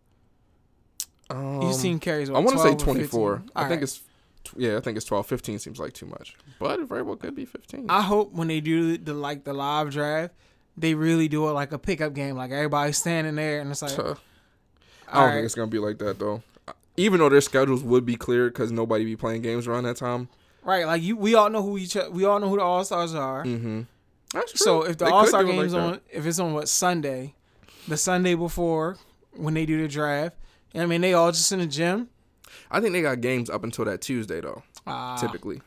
Speaker 1: Um,
Speaker 2: Each team carries.
Speaker 1: I
Speaker 2: What,
Speaker 1: want to say
Speaker 2: 12 or 15?
Speaker 1: 24. I
Speaker 2: All
Speaker 1: think
Speaker 2: right.
Speaker 1: it's tw- yeah, I think it's 12. 15 seems like too much, but it very well could be 15.
Speaker 2: I hope when they do the like the live draft, they really do it like a pickup game. Like everybody's standing there, and it's like,
Speaker 1: Tuh. I
Speaker 2: all
Speaker 1: don't
Speaker 2: right,
Speaker 1: think it's gonna be like that though. Uh, Even though their schedules would be clear because nobody be playing games around that time.
Speaker 2: right. Like you, we all know who each, we all know who the all stars are.
Speaker 1: Mm-hmm. That's true.
Speaker 2: So if
Speaker 1: They
Speaker 2: the
Speaker 1: could
Speaker 2: All Star
Speaker 1: do it like
Speaker 2: game's
Speaker 1: that.
Speaker 2: on, if it's on what Sunday, the Sunday before when they do the draft, I mean they all just in the gym.
Speaker 1: I think they got games up until that Tuesday though.
Speaker 2: Uh,
Speaker 1: typically.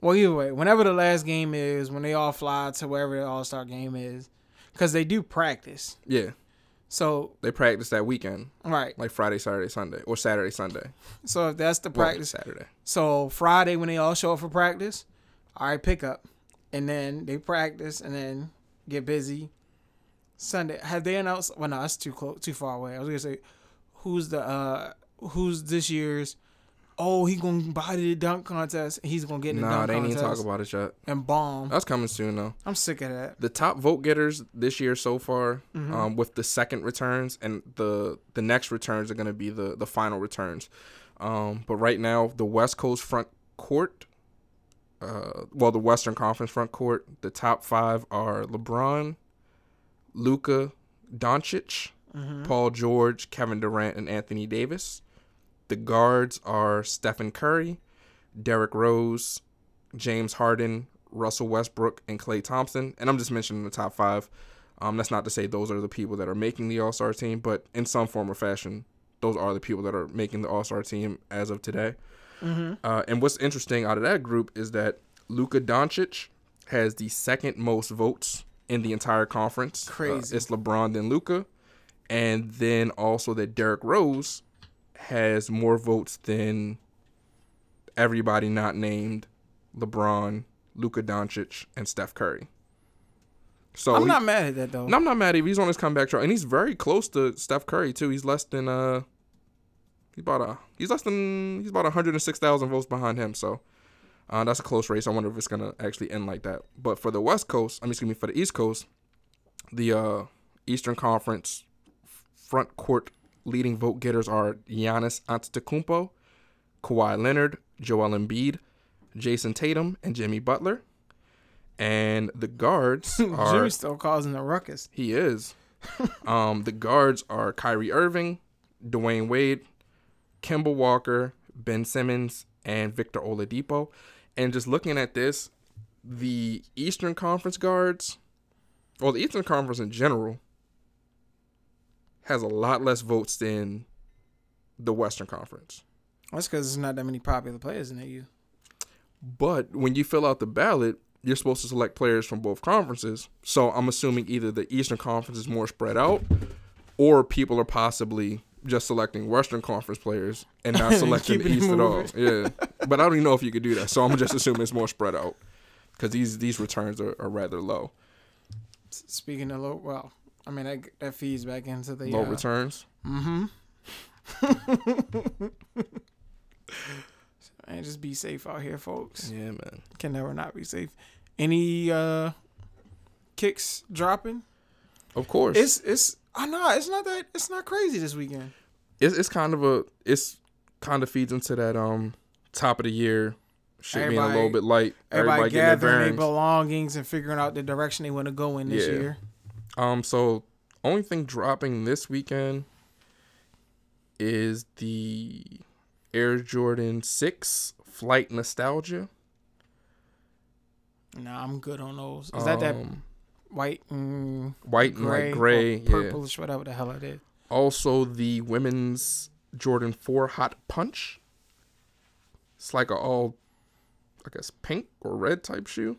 Speaker 2: Well, either way, whenever the last game is, when they all fly to wherever the All Star game is, because they do practice.
Speaker 1: Yeah,
Speaker 2: So
Speaker 1: they practice that weekend,
Speaker 2: right.
Speaker 1: like Friday, Saturday, Sunday, or Saturday, Sunday.
Speaker 2: So if that's the
Speaker 1: Well,
Speaker 2: practice,
Speaker 1: Saturday.
Speaker 2: so Friday when they all show up for practice, all right, pick up, and then they practice and then get busy. Sunday, have they announced? Well, no, that's too close, too far away. I was gonna say, who's the uh, who's this year's? Oh, he gonna body the dunk contest. He's gonna get in the
Speaker 1: Nah,
Speaker 2: dunk
Speaker 1: they ain't even
Speaker 2: contest
Speaker 1: talk about it yet.
Speaker 2: and bomb.
Speaker 1: That's coming soon though.
Speaker 2: I'm sick of that.
Speaker 1: The top vote getters this year so far, um, with the second returns and the the next returns are gonna be the the final returns. Um, but right now, the West Coast front court, uh, well, the Western Conference front court, the top five are LeBron, Luka Doncic, Paul George, Kevin Durant, and Anthony Davis. The guards are Stephen Curry, Derrick Rose, James Harden, Russell Westbrook, and Klay Thompson. And I'm just mentioning the top five. Um, that's not to say those are the people that are making the All Star team, but in some form or fashion, those are the people that are making the All Star team as of today. Uh, and what's interesting out of that group is that Luka Doncic has the second most votes in the entire conference. Uh,
Speaker 2: Crazy.
Speaker 1: it's LeBron then Luka, and then also that Derrick Rose has more votes than everybody not named LeBron, Luka Doncic, and Steph Curry. So
Speaker 2: I'm
Speaker 1: Oh, he-
Speaker 2: not mad at that though.
Speaker 1: no, I'm not mad at him. He's on his comeback trail, and he's very close to Steph Curry too. He's less than uh, he's about a he's less than he's about 106,000 votes behind him. So uh, that's a close race. I wonder if it's gonna actually end like that. But for the West Coast, I mean, excuse me, for the East Coast, the uh, Eastern Conference front court leading vote getters are Giannis Antetokounmpo, Kawhi Leonard, Joel Embiid, Jason Tatum, and Jimmy Butler. And the guards are
Speaker 2: Jimmy's still causing a ruckus.
Speaker 1: he is. um, the guards are Kyrie Irving, Dwayne Wade, Kemba Walker, Ben Simmons, and Victor Oladipo. And just looking at this, the Eastern Conference guards, well, the Eastern Conference in general, has a lot less votes than the Western Conference.
Speaker 2: That's because there's not that many popular players in the U.
Speaker 1: But when you fill out the ballot, you're supposed to select players from both conferences. So I'm assuming either the Eastern Conference is more spread out, or people are possibly just selecting Western Conference players and not selecting the
Speaker 2: Keeping it
Speaker 1: East at all. Yeah, but I don't even know if you could do that. So I'm just assuming it's more spread out because these these returns are, are rather low,
Speaker 2: S- Speaking of low, well, I mean that that feeds back into the
Speaker 1: low
Speaker 2: uh,
Speaker 1: returns.
Speaker 2: Mm-hmm. Man, just be safe out here, folks.
Speaker 1: Yeah, man.
Speaker 2: Can never not be safe. Any uh kicks dropping?
Speaker 1: Of course,
Speaker 2: It's it's I know it's not that it's not crazy this weekend.
Speaker 1: it's it's kind of a it's kind of feeds into that um top of the year shit being a little
Speaker 2: Everybody-
Speaker 1: bit light.
Speaker 2: Everybody,
Speaker 1: getting their
Speaker 2: gathering their
Speaker 1: bearings.
Speaker 2: belongings and figuring out the direction they want to go in this
Speaker 1: Yeah.
Speaker 2: year.
Speaker 1: Um, so only thing dropping this weekend is the Air Jordan Six Flight Nostalgia.
Speaker 2: Nah, I'm good on those. Is that that
Speaker 1: Um,
Speaker 2: white and
Speaker 1: white and
Speaker 2: gray,
Speaker 1: like gray?
Speaker 2: or
Speaker 1: Yeah.
Speaker 2: purplish, whatever the hell it is?
Speaker 1: Also, the women's Jordan 4 Hot Punch. It's like a all, I guess, pink or red type shoe.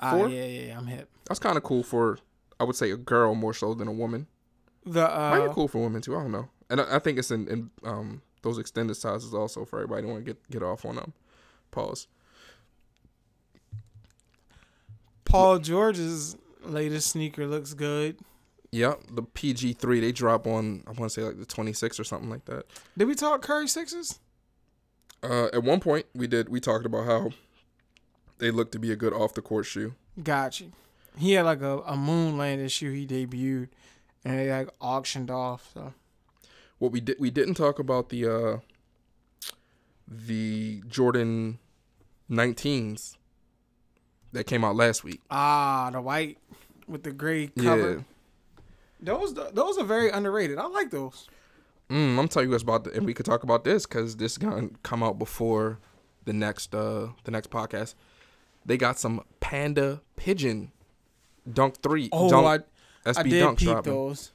Speaker 2: Ah,
Speaker 1: Four?
Speaker 2: yeah, yeah, yeah, I'm hip.
Speaker 1: That's kind of cool for, I would say, a girl more so than a woman.
Speaker 2: The
Speaker 1: Might be
Speaker 2: uh,
Speaker 1: cool for women too. I don't know. And I, I think it's in, in um those extended sizes also for everybody. Don't want to get get off on them. Pause.
Speaker 2: Paul George's latest sneaker looks good.
Speaker 1: Yep, the PG three they drop on I want to say like the twenty six or something like that.
Speaker 2: Did we talk Curry sixes?
Speaker 1: Uh, at one point we did we talked about how they look to be a good off the court shoe.
Speaker 2: Got you. He had like a, a moon landing shoe he debuted, and they like auctioned off. So
Speaker 1: What we did we didn't talk about the uh the Jordan nineteens that came out last week.
Speaker 2: ah, the white with the gray cover. Those those are very underrated. I like those.
Speaker 1: Yeah, mm, I'm telling you guys about the, and we could talk about this because this gonna come out before the next uh the next podcast. They got some panda pigeon dunk three.
Speaker 2: Oh,
Speaker 1: dunk, SB
Speaker 2: I did
Speaker 1: dunk
Speaker 2: peep
Speaker 1: dropping.
Speaker 2: those.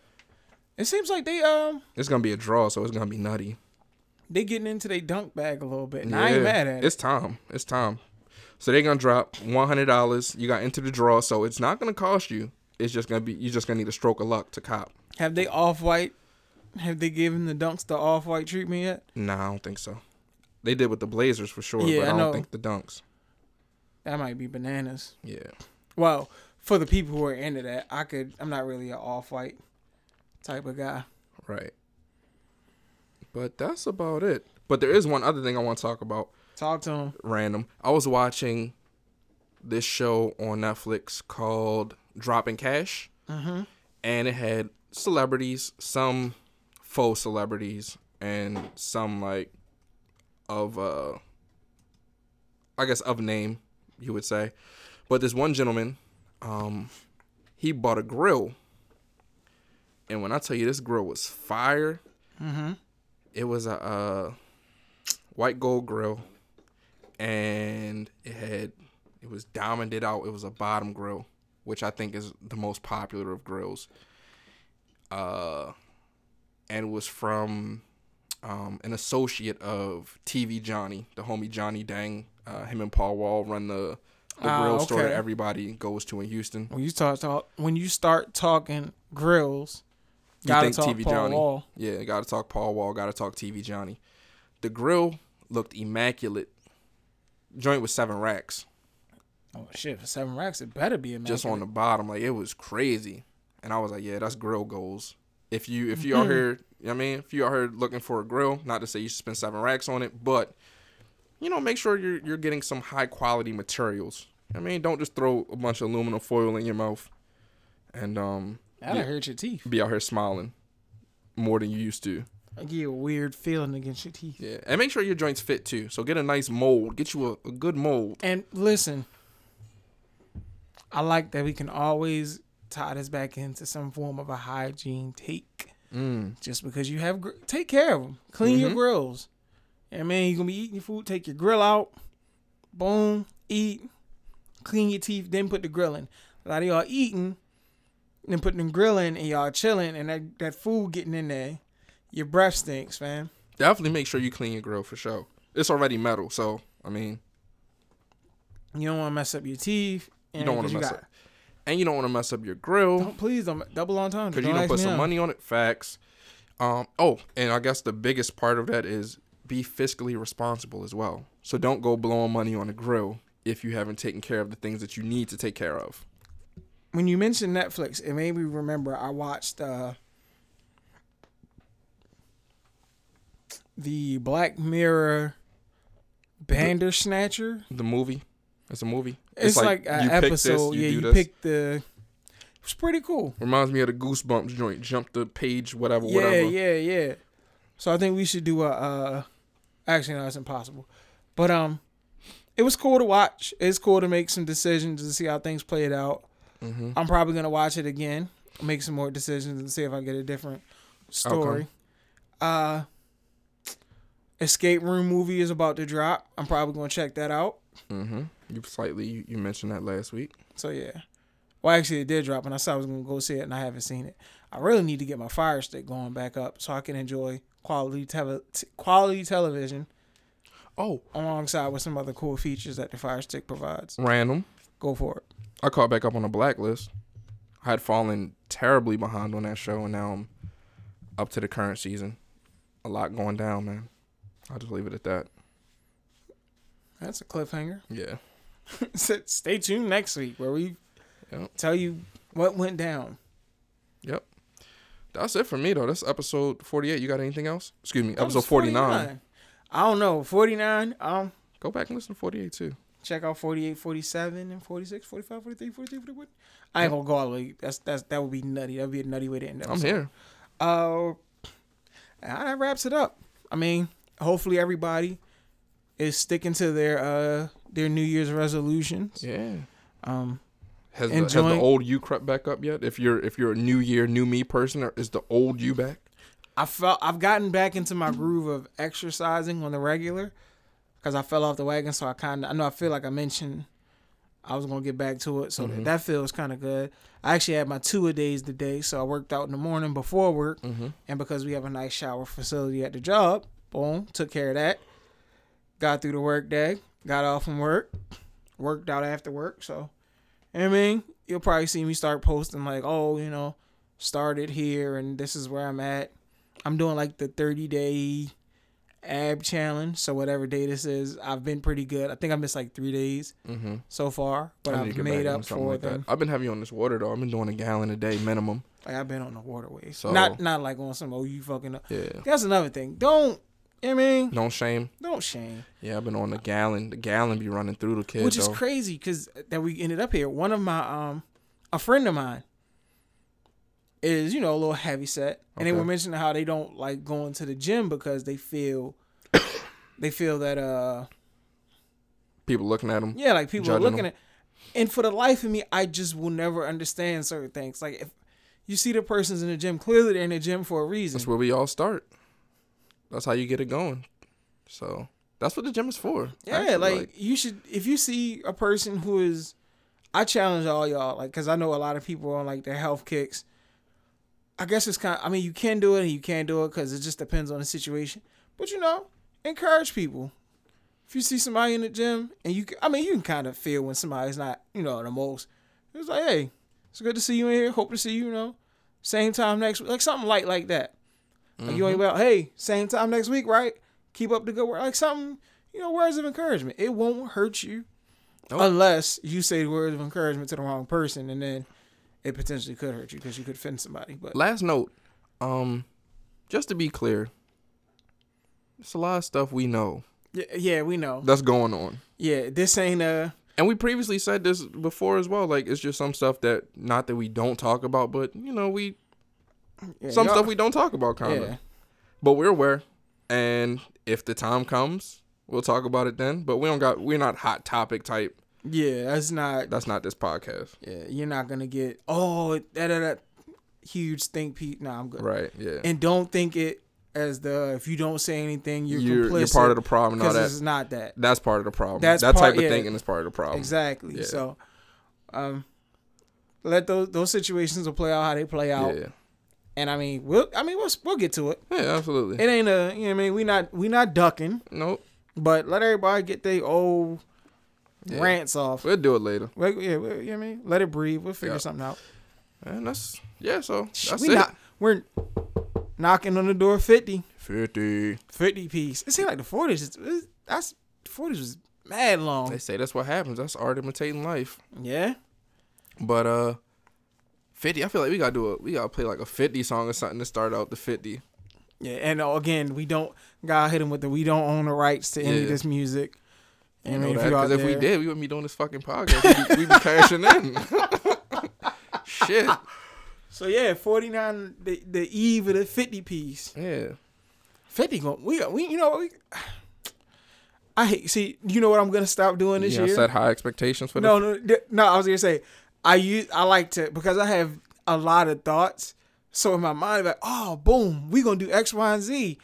Speaker 2: It seems like they um
Speaker 1: It's gonna be a draw, so it's gonna be nutty.
Speaker 2: they getting into their dunk bag a little bit. And I ain't mad at it.
Speaker 1: It's time. It's time. So they're gonna drop one hundred dollars. You got into the draw, so it's not gonna cost you. It's just gonna be you just gonna need a stroke of luck to cop.
Speaker 2: Have they off white? Have they given the dunks the off white treatment yet?
Speaker 1: Nah, I don't think so. They did with the Blazers for sure,
Speaker 2: Yeah,
Speaker 1: but I,
Speaker 2: I
Speaker 1: don't
Speaker 2: know.
Speaker 1: think the dunks.
Speaker 2: That might be bananas.
Speaker 1: Yeah.
Speaker 2: Well, for the people who are into that, I could. I'm not really an off white type of guy.
Speaker 1: Right. But that's about it. But there is one other thing I want to talk about.
Speaker 2: Talk to him.
Speaker 1: Random. I was watching this show on Netflix called Dropping Cash,
Speaker 2: Mm-hmm.
Speaker 1: and it had celebrities, some faux celebrities, and some like of uh, I guess of name, you would say. But this one gentleman, um, he bought a grill, and when I tell you this grill was fire,
Speaker 2: Mm-hmm.
Speaker 1: it was a uh, white gold grill, and it had it was diamonded out. It was a bottom grill, which I think is the most popular of grills. Uh, and was from um, an associate of TV Johnny, the homie Johnny Dang. Uh, him and Paul Wall run the the
Speaker 2: Ah,
Speaker 1: grill store that
Speaker 2: okay.
Speaker 1: everybody goes to in Houston.
Speaker 2: When you start talk, when you start talking grills,
Speaker 1: You
Speaker 2: gotta
Speaker 1: think
Speaker 2: talk
Speaker 1: TV
Speaker 2: Paul
Speaker 1: Johnny.
Speaker 2: Wall.
Speaker 1: Yeah, got to talk Paul Wall. Got to talk TV Johnny. The grill looked immaculate. Joint was seven racks
Speaker 2: Oh shit! For seven racks, it better be a
Speaker 1: just on the bottom. Like it was crazy, and I was like, "Yeah, that's grill goals." If you if you out here, you know what I mean, if you out here looking for a grill, not to say you should spend seven racks on it, but you know, make sure you're you're getting some high quality materials. I mean, don't just throw a bunch of aluminum foil in your mouth, and um,
Speaker 2: That'll
Speaker 1: yeah.
Speaker 2: hurt your teeth.
Speaker 1: be out here smiling more than you used to.
Speaker 2: I get a weird feeling against your teeth.
Speaker 1: Yeah, and make sure your joints fit too. So get a nice mold. Get you a, a good mold.
Speaker 2: And listen, I like that we can always tie this back into some form of a hygiene take.
Speaker 1: Mm.
Speaker 2: Just because you have, gr- take care of them. Clean your
Speaker 1: Mhm.
Speaker 2: grills. And man, you're gonna be eating your food. Take your grill out. Boom, eat. Clean your teeth, then put the grill in. A lot of y'all eating, then putting the grill in, and y'all chilling, and that, that food getting in there. Your breath stinks, man.
Speaker 1: Definitely make sure you clean your grill for sure. It's already metal, so I mean,
Speaker 2: You don't want to mess up your teeth.
Speaker 1: you don't want to mess up, and you don't want to mess up your
Speaker 2: do
Speaker 1: grill
Speaker 2: please don't double entendre.
Speaker 1: because you
Speaker 2: don't
Speaker 1: don't put
Speaker 2: ask me
Speaker 1: some
Speaker 2: out.
Speaker 1: money on it. Facts. Um. Oh, and I guess the biggest part of that is be fiscally responsible as well. So don't go blowing money on a grill if you haven't taken care of the things that you need to take care of.
Speaker 2: When you mentioned Netflix, it made me remember I watched uh, the Black Mirror Bandersnatcher.
Speaker 1: The movie. It's a movie.
Speaker 2: It's, like, an
Speaker 1: pick
Speaker 2: episode. yeah, you
Speaker 1: do this.
Speaker 2: pick the. It's pretty cool.
Speaker 1: Reminds me of the Goosebumps joint. Jump the page, whatever,
Speaker 2: Yeah,
Speaker 1: whatever.
Speaker 2: yeah, yeah. So I think we should do a. Uh, actually, no, it's impossible. But um, it was cool to watch. It's cool to make some decisions to see how things played out.
Speaker 1: Mm-hmm.
Speaker 2: I'm probably gonna watch it again, make some more decisions, and see if I get a different story. Uh, escape room movie is about to drop. I'm probably gonna check that out.
Speaker 1: Mm-hmm. You slightly you, you mentioned that last week.
Speaker 2: So yeah, well actually it did drop, and I said I was gonna go see it, and I haven't seen it. I really need to get my Fire Stick going back up so I can enjoy quality tele- t- quality television
Speaker 1: Oh,
Speaker 2: alongside with some other cool features that the Fire Stick provides.
Speaker 1: random.
Speaker 2: Go for it.
Speaker 1: I caught back up on the blacklist. I had fallen terribly behind on that show, and now I'm up to the current season. A lot going down, man. I'll just leave it at that.
Speaker 2: That's a cliffhanger.
Speaker 1: Yeah.
Speaker 2: So Stay tuned next week where we
Speaker 1: Yep.
Speaker 2: tell you what went down.
Speaker 1: That's it for me, though. That's episode 48. You got anything else? Excuse me,
Speaker 2: That was
Speaker 1: episode 49.
Speaker 2: I don't know. 49. Um,
Speaker 1: Go back and listen to 48, too.
Speaker 2: check out 48, 47, and 46, 45, 43, 42, 41. I ain't gonna go all the way. That's that's that would be nutty. That would be a nutty way to end up.
Speaker 1: I'm here.
Speaker 2: Uh, and that wraps it up. I mean, hopefully everybody is sticking to their uh their New Year's resolutions.
Speaker 1: Yeah.
Speaker 2: Um,
Speaker 1: Has the, has the
Speaker 2: Enjoying-
Speaker 1: old you crept back up yet? If you're if you're a new year, new me person, or is the old you back?
Speaker 2: I felt I've gotten back into my groove of exercising on the regular because I fell off the wagon. So I kind of I know I feel like I mentioned I was gonna get back to it. So that, that feels kind of good. I actually had my two a days today, so I worked out in the morning before work,
Speaker 1: Mhm.
Speaker 2: and because we have a nice shower facility at the job, boom, took care of that. Got through the work day, got off from work, worked out after work. So I mean, you'll probably see me start posting like, oh, you know, started here and this is where I'm at. I'm doing like the 30 day ab challenge. So whatever day this is, I've been pretty good. I think I missed like three days
Speaker 1: Mm-hmm.
Speaker 2: so far, but
Speaker 1: I need to
Speaker 2: I've
Speaker 1: get
Speaker 2: made
Speaker 1: back
Speaker 2: up
Speaker 1: on something
Speaker 2: for
Speaker 1: like that.
Speaker 2: them.
Speaker 1: I've been having you on this water though. I've been doing a gallon a day minimum.
Speaker 2: Like I've been on the waterway.
Speaker 1: So-
Speaker 2: not not like on some oh you fucking up.
Speaker 1: Yeah.
Speaker 2: That's another thing. Don't I mean
Speaker 1: No shame.
Speaker 2: don't shame,
Speaker 1: Yeah, I've been on the gallon. The gallon be running through the kid
Speaker 2: which is
Speaker 1: though.
Speaker 2: crazy because that we ended up here. One of my um a friend of mine is you know a little heavy set, and they
Speaker 1: Okay.
Speaker 2: were mentioning how they don't like going to the gym because they feel they feel that uh
Speaker 1: People looking at him.
Speaker 2: Yeah, like people are
Speaker 1: Judging
Speaker 2: looking
Speaker 1: them.
Speaker 2: at. And for the life of me, I just will never understand certain things. Like if you see the person's in the gym, clearly they're in the gym for a reason.
Speaker 1: That's where we all start. That's how you get it going. So that's what the gym is for.
Speaker 2: yeah,
Speaker 1: actually,
Speaker 2: like, you should. If you see a person who is, I challenge all y'all. Like, cause I know a lot of people on like their health kicks. I guess it's kind. I mean, you can do it and you can't do it because it just depends on the situation. But you know, encourage people. If you see somebody in the gym and you, can- I mean, you can kind of feel when somebody's not, you know, the most. It's like, hey, it's good to see you in here. Hope to see you, you know, same time next week. Like something light like that. Like you ain't well, hey, same time next week, right? Keep up the good work. Like something, you know, words of encouragement. It won't hurt you
Speaker 1: Nope.
Speaker 2: unless you say words of encouragement to the wrong person, and then it potentially could hurt you because you could offend somebody. But
Speaker 1: last note um just to be clear it's a lot of stuff we know
Speaker 2: yeah, yeah, we know.
Speaker 1: that's going on
Speaker 2: Yeah, this ain't uh, a
Speaker 1: and we previously said this before as well like it's just some stuff that not that we don't talk about but you know we
Speaker 2: yeah,
Speaker 1: some
Speaker 2: y'all-
Speaker 1: stuff we don't talk about kind of
Speaker 2: Yeah,
Speaker 1: but we're aware and if the time comes we'll talk about it then but we don't got we're not hot topic type
Speaker 2: yeah, that's not.
Speaker 1: that's not this podcast
Speaker 2: Yeah, you're not gonna get oh that that, that huge think Pete. Nah, I'm good.
Speaker 1: right yeah
Speaker 2: And don't think it as the if you don't say anything, you're
Speaker 1: you're,
Speaker 2: complicit
Speaker 1: you're part of the problem and all
Speaker 2: because it's
Speaker 1: that
Speaker 2: not that.
Speaker 1: that's part of the problem
Speaker 2: That's
Speaker 1: that
Speaker 2: part-
Speaker 1: type of
Speaker 2: yeah.
Speaker 1: thinking is part of the problem
Speaker 2: Exactly.
Speaker 1: Um, Yeah.
Speaker 2: So, um, let those those situations will play out how they play out.
Speaker 1: yeah
Speaker 2: And I mean, we'll I mean we'll we'll get to it.
Speaker 1: yeah absolutely
Speaker 2: It ain't a you know what I mean we not we not ducking,
Speaker 1: nope
Speaker 2: but let everybody get their old
Speaker 1: Yeah.
Speaker 2: rants off.
Speaker 1: we'll do it later
Speaker 2: Like, yeah, we- you know what I mean? Let it breathe. We'll figure
Speaker 1: Yeah.
Speaker 2: something out.
Speaker 1: And that's yeah, so that's
Speaker 2: we
Speaker 1: it.
Speaker 2: not we're knocking on the door 50.
Speaker 1: Fifty.
Speaker 2: 50 piece. It seemed like the 40s. is- is- That's 40s was mad
Speaker 1: They
Speaker 2: long.
Speaker 1: say that's what happens. That's art imitating life.
Speaker 2: Yeah.
Speaker 1: But uh fifty, I feel like we gotta do a we gotta play like a fifty song or something to start out the fifty.
Speaker 2: Yeah, and uh, again, we don't. God hit him with the we don't own the rights to any of
Speaker 1: Yeah.
Speaker 2: this music. And
Speaker 1: You know
Speaker 2: if
Speaker 1: that?
Speaker 2: you out
Speaker 1: Because if we
Speaker 2: there-
Speaker 1: did, we wouldn't be doing this fucking podcast. We'd be, we'd be cashing in. Shit.
Speaker 2: so yeah, forty nine, the, the eve of the fifty piece.
Speaker 1: Yeah.
Speaker 2: Fifty going, we we you know what we. I hate see you know what I'm gonna stop doing this
Speaker 1: yeah, I
Speaker 2: year.
Speaker 1: set high expectations for
Speaker 2: no,
Speaker 1: no,
Speaker 2: no, th- no. I was gonna say I use I like to because I have a lot of thoughts. So in my mind, like, oh, boom, we gonna do X, Y, and Z,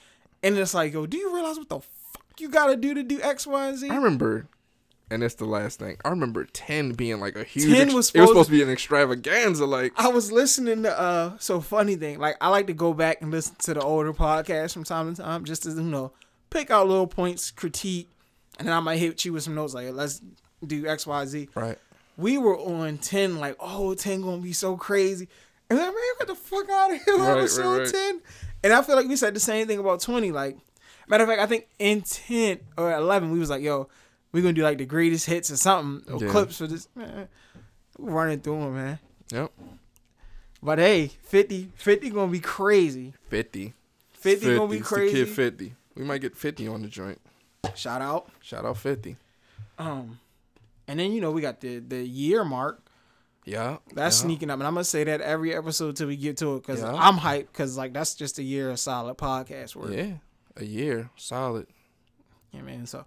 Speaker 2: and it's like, yo, do you realize what the fuck you gotta do to do X, Y, and Z?
Speaker 1: I remember and it's the last thing. I remember ten being like a huge.
Speaker 2: 10
Speaker 1: ex-
Speaker 2: was
Speaker 1: it was
Speaker 2: supposed-
Speaker 1: supposed to be an extravaganza. Like
Speaker 2: I was listening to uh so funny thing. Like I like to go back and listen to the older podcasts from time to time just to you know pick out little points, critique, and then I might hit you with some notes like let's do X Y Z.
Speaker 1: right,
Speaker 2: We were on ten like oh 10 gonna be so crazy, and I'm like man get the fuck out of here with
Speaker 1: Right,
Speaker 2: episode
Speaker 1: right, right.
Speaker 2: ten. And I feel like we said the same thing about twenty. Like matter of fact, I think in ten or eleven we was like yo we gonna do like the greatest hits or something or
Speaker 1: Yeah.
Speaker 2: clips for this man. we Running through them, man.
Speaker 1: yep,
Speaker 2: But hey, 50, 50 gonna be crazy.
Speaker 1: 50
Speaker 2: 50, gonna be
Speaker 1: It's the kid
Speaker 2: crazy.
Speaker 1: fifty. We might get fifty on the joint.
Speaker 2: Shout out.
Speaker 1: Shout out fifty.
Speaker 2: Um, and then you know we got the the year mark.
Speaker 1: Yeah,
Speaker 2: That's
Speaker 1: yeah.
Speaker 2: sneaking up, and I'm gonna say that every episode till we get to it because
Speaker 1: Yeah.
Speaker 2: I'm hyped because like that's just a year of solid podcast work. Yeah.
Speaker 1: Yeah, a year solid.
Speaker 2: man. So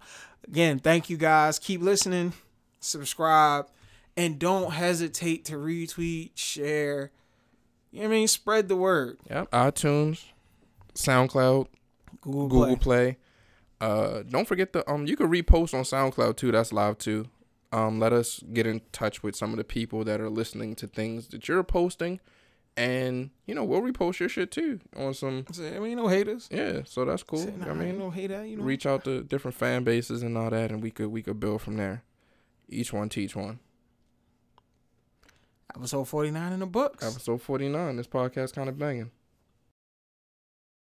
Speaker 2: again, thank you guys. Keep listening, subscribe, and don't hesitate to retweet, share. You know what I mean? Spread the word.
Speaker 1: Yep, iTunes, SoundCloud,
Speaker 2: Google,
Speaker 1: Google Play.
Speaker 2: Play.
Speaker 1: Uh, don't forget the um. You can repost on SoundCloud too. That's live too. Um, let us get in touch with some of the people that are listening to things that you're posting, and you know we'll repost your shit too on some.
Speaker 2: So, I mean, no haters.
Speaker 1: Yeah, so that's cool.
Speaker 2: Say, nah,
Speaker 1: I
Speaker 2: ain't
Speaker 1: mean,
Speaker 2: no hater. You know,
Speaker 1: reach out to different fan bases and all that, and we could we could build from there. Each one teach one.
Speaker 2: episode 49 in the books.
Speaker 1: Episode forty nine. This podcast kind of banging.